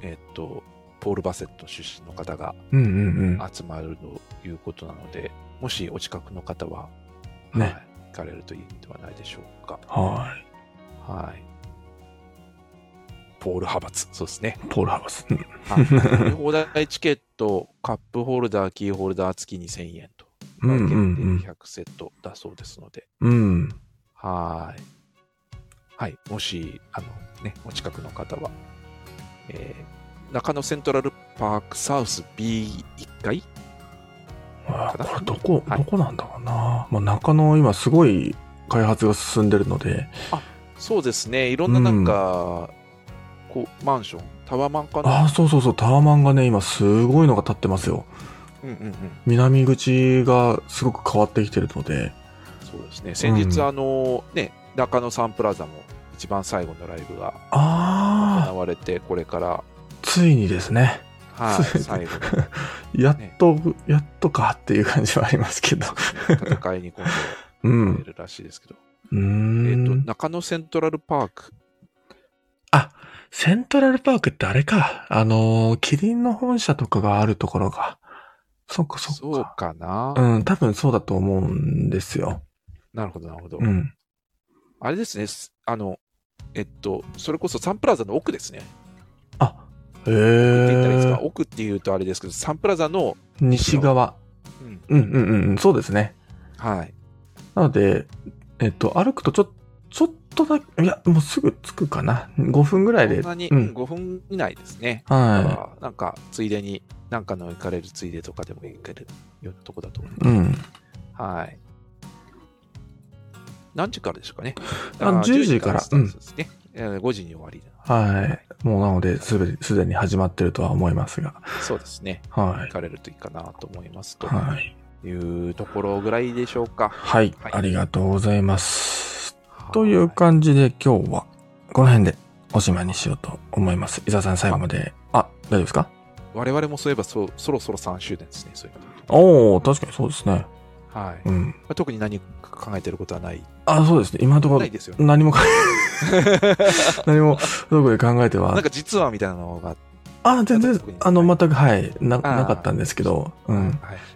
Speaker 2: えっと、ポール・バセット出身の方が
Speaker 1: うんうんうん。
Speaker 2: 集まるということなので、もしお近くの方は、
Speaker 1: ね
Speaker 2: はい、行かれるといいんではないでしょうか。
Speaker 1: はい。
Speaker 2: はい。ポール派閥、そうです ね。
Speaker 1: ポールハウス。
Speaker 2: はい、放題チケット、カップホルダー、キーホルダー付き2000円と、
Speaker 1: うんうん
Speaker 2: 限定100セットだそうですので、
Speaker 1: うん。うん。
Speaker 2: はい。はい。もし、あの、ね、お近くの方は、えー中野セントラルパークサウス B1 階
Speaker 1: あ
Speaker 2: かな
Speaker 1: これどこ、
Speaker 2: はい
Speaker 1: どこなんだろうな。まあ、中野今すごい開発が進んでるので。
Speaker 2: そうですね。いろんななんか、こう、マンション、タワーマンか
Speaker 1: あ
Speaker 2: な
Speaker 1: あ、そうそうそう。タワマンがね、今すごいのが建ってますよ。
Speaker 2: うんうんうん。
Speaker 1: 南口がすごく変わってきてるので。
Speaker 2: そうですね。先日、
Speaker 1: うん
Speaker 2: あの、ね、中野サンプラザも一番最後のライブが
Speaker 1: ああ、
Speaker 2: 行われて、これから、
Speaker 1: ついにですね。
Speaker 2: は い、
Speaker 1: そう
Speaker 2: 最後の
Speaker 1: やっと、やっとかっていう感じはありますけど。
Speaker 2: 戦いに今
Speaker 1: う
Speaker 2: 度
Speaker 1: ん
Speaker 2: 出。るらしいですけど、
Speaker 1: うー
Speaker 2: えっ、と、
Speaker 1: ん。
Speaker 2: 中野セントラルパーク、
Speaker 1: セントラルパークってあれか。あのーキリンの本社とかがあるところが。そっかそっか。
Speaker 2: そうかな、
Speaker 1: うん、多分そうだと思うんですよ。
Speaker 2: なるほど、なるほど。
Speaker 1: うん。
Speaker 2: あれですね、すあの、えっと、それこそサンプラザの奥ですね。
Speaker 1: あ、へ
Speaker 2: って言ったらいいです
Speaker 1: え
Speaker 2: か。。奥っていうとあれですけど、サンプラザの、
Speaker 1: 西側。
Speaker 2: うん
Speaker 1: うんうんうんうん、そうですね。
Speaker 2: はい。
Speaker 1: なので、えっと、歩くとちょ、ちょっとだけ、いや、もうすぐ着くかな。5分ぐらいで。
Speaker 2: そんなに
Speaker 1: う
Speaker 2: うん
Speaker 1: ん。
Speaker 2: 5分以内ですね。だ
Speaker 1: は
Speaker 2: からなんか、ついでに、なんかの行かれるついでとかでも行けるようなとこだと思います
Speaker 1: い。うん。
Speaker 2: はい。何時からでしょうかね。
Speaker 1: あ10時から
Speaker 2: スタートですね。えー5時に終わりだ。
Speaker 1: はい。もうなので、すべて、すでに始まってるとは思いますが。
Speaker 2: そうですね。
Speaker 1: は
Speaker 2: 行かれるといいかなと思います
Speaker 1: い。
Speaker 2: と
Speaker 1: はい。
Speaker 2: いうところぐらいでしょうか。
Speaker 1: はい
Speaker 2: はい。
Speaker 1: ありがとうございます。という感じで今日は、この辺でおしまいにしようと思います。伊沢さん最後まで。あ、大丈夫ですか
Speaker 2: 我々もそういえばそそろそろ3周年ですね。そういうこと
Speaker 1: おお確かにそうですね。
Speaker 2: はい
Speaker 1: う
Speaker 2: ま
Speaker 1: ん。
Speaker 2: あ特に何か考えてることはない。
Speaker 1: あ、そうですね。今のとこ
Speaker 2: な
Speaker 1: ろ
Speaker 2: い、ですよね。
Speaker 1: 何もか、 何も、どこで考えて
Speaker 2: なん
Speaker 1: は。
Speaker 2: か実はみたいなのが、
Speaker 1: あ、全然
Speaker 2: 特に、
Speaker 1: あの、全く、はい、な、
Speaker 2: ー
Speaker 1: なかったんですけど、うん。
Speaker 2: はい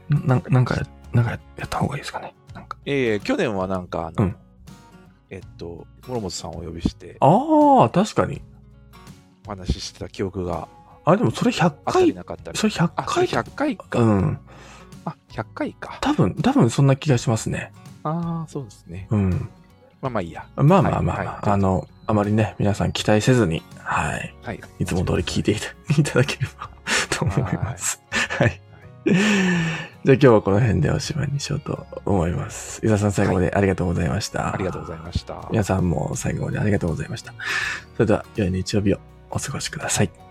Speaker 1: な、なんか、なんかやった方がいいですかね。なんか。
Speaker 2: ええ去年はなんかあの、
Speaker 1: うん
Speaker 2: えっと、諸本さんをお呼びして
Speaker 1: ああ、確かに。
Speaker 2: お話ししてた記憶が
Speaker 1: あ、でもそれ100
Speaker 2: あったり
Speaker 1: 回、
Speaker 2: なかったり。
Speaker 1: それ100
Speaker 2: あ、それ
Speaker 1: 回
Speaker 2: 100回か。
Speaker 1: うん。
Speaker 2: あ、100回か。
Speaker 1: 多分、多分そんな気がしますね。
Speaker 2: ああ、そうですね。
Speaker 1: うん。
Speaker 2: まあまあいいや。
Speaker 1: まあまあまあ、
Speaker 2: はい
Speaker 1: ま
Speaker 2: はい
Speaker 1: あ、あの、あまりね、皆さん期待せずに、はい。
Speaker 2: はい。
Speaker 1: いつも通り聞いていた いただければと思います。はい。じゃあ今日はこの辺でおしまいにしようと思います。伊沢さん最後までありがとうございました。
Speaker 2: ありがとうございました。
Speaker 1: 皆さんも最後までありがとうございました。それでは、良い日曜日をお過ごしください。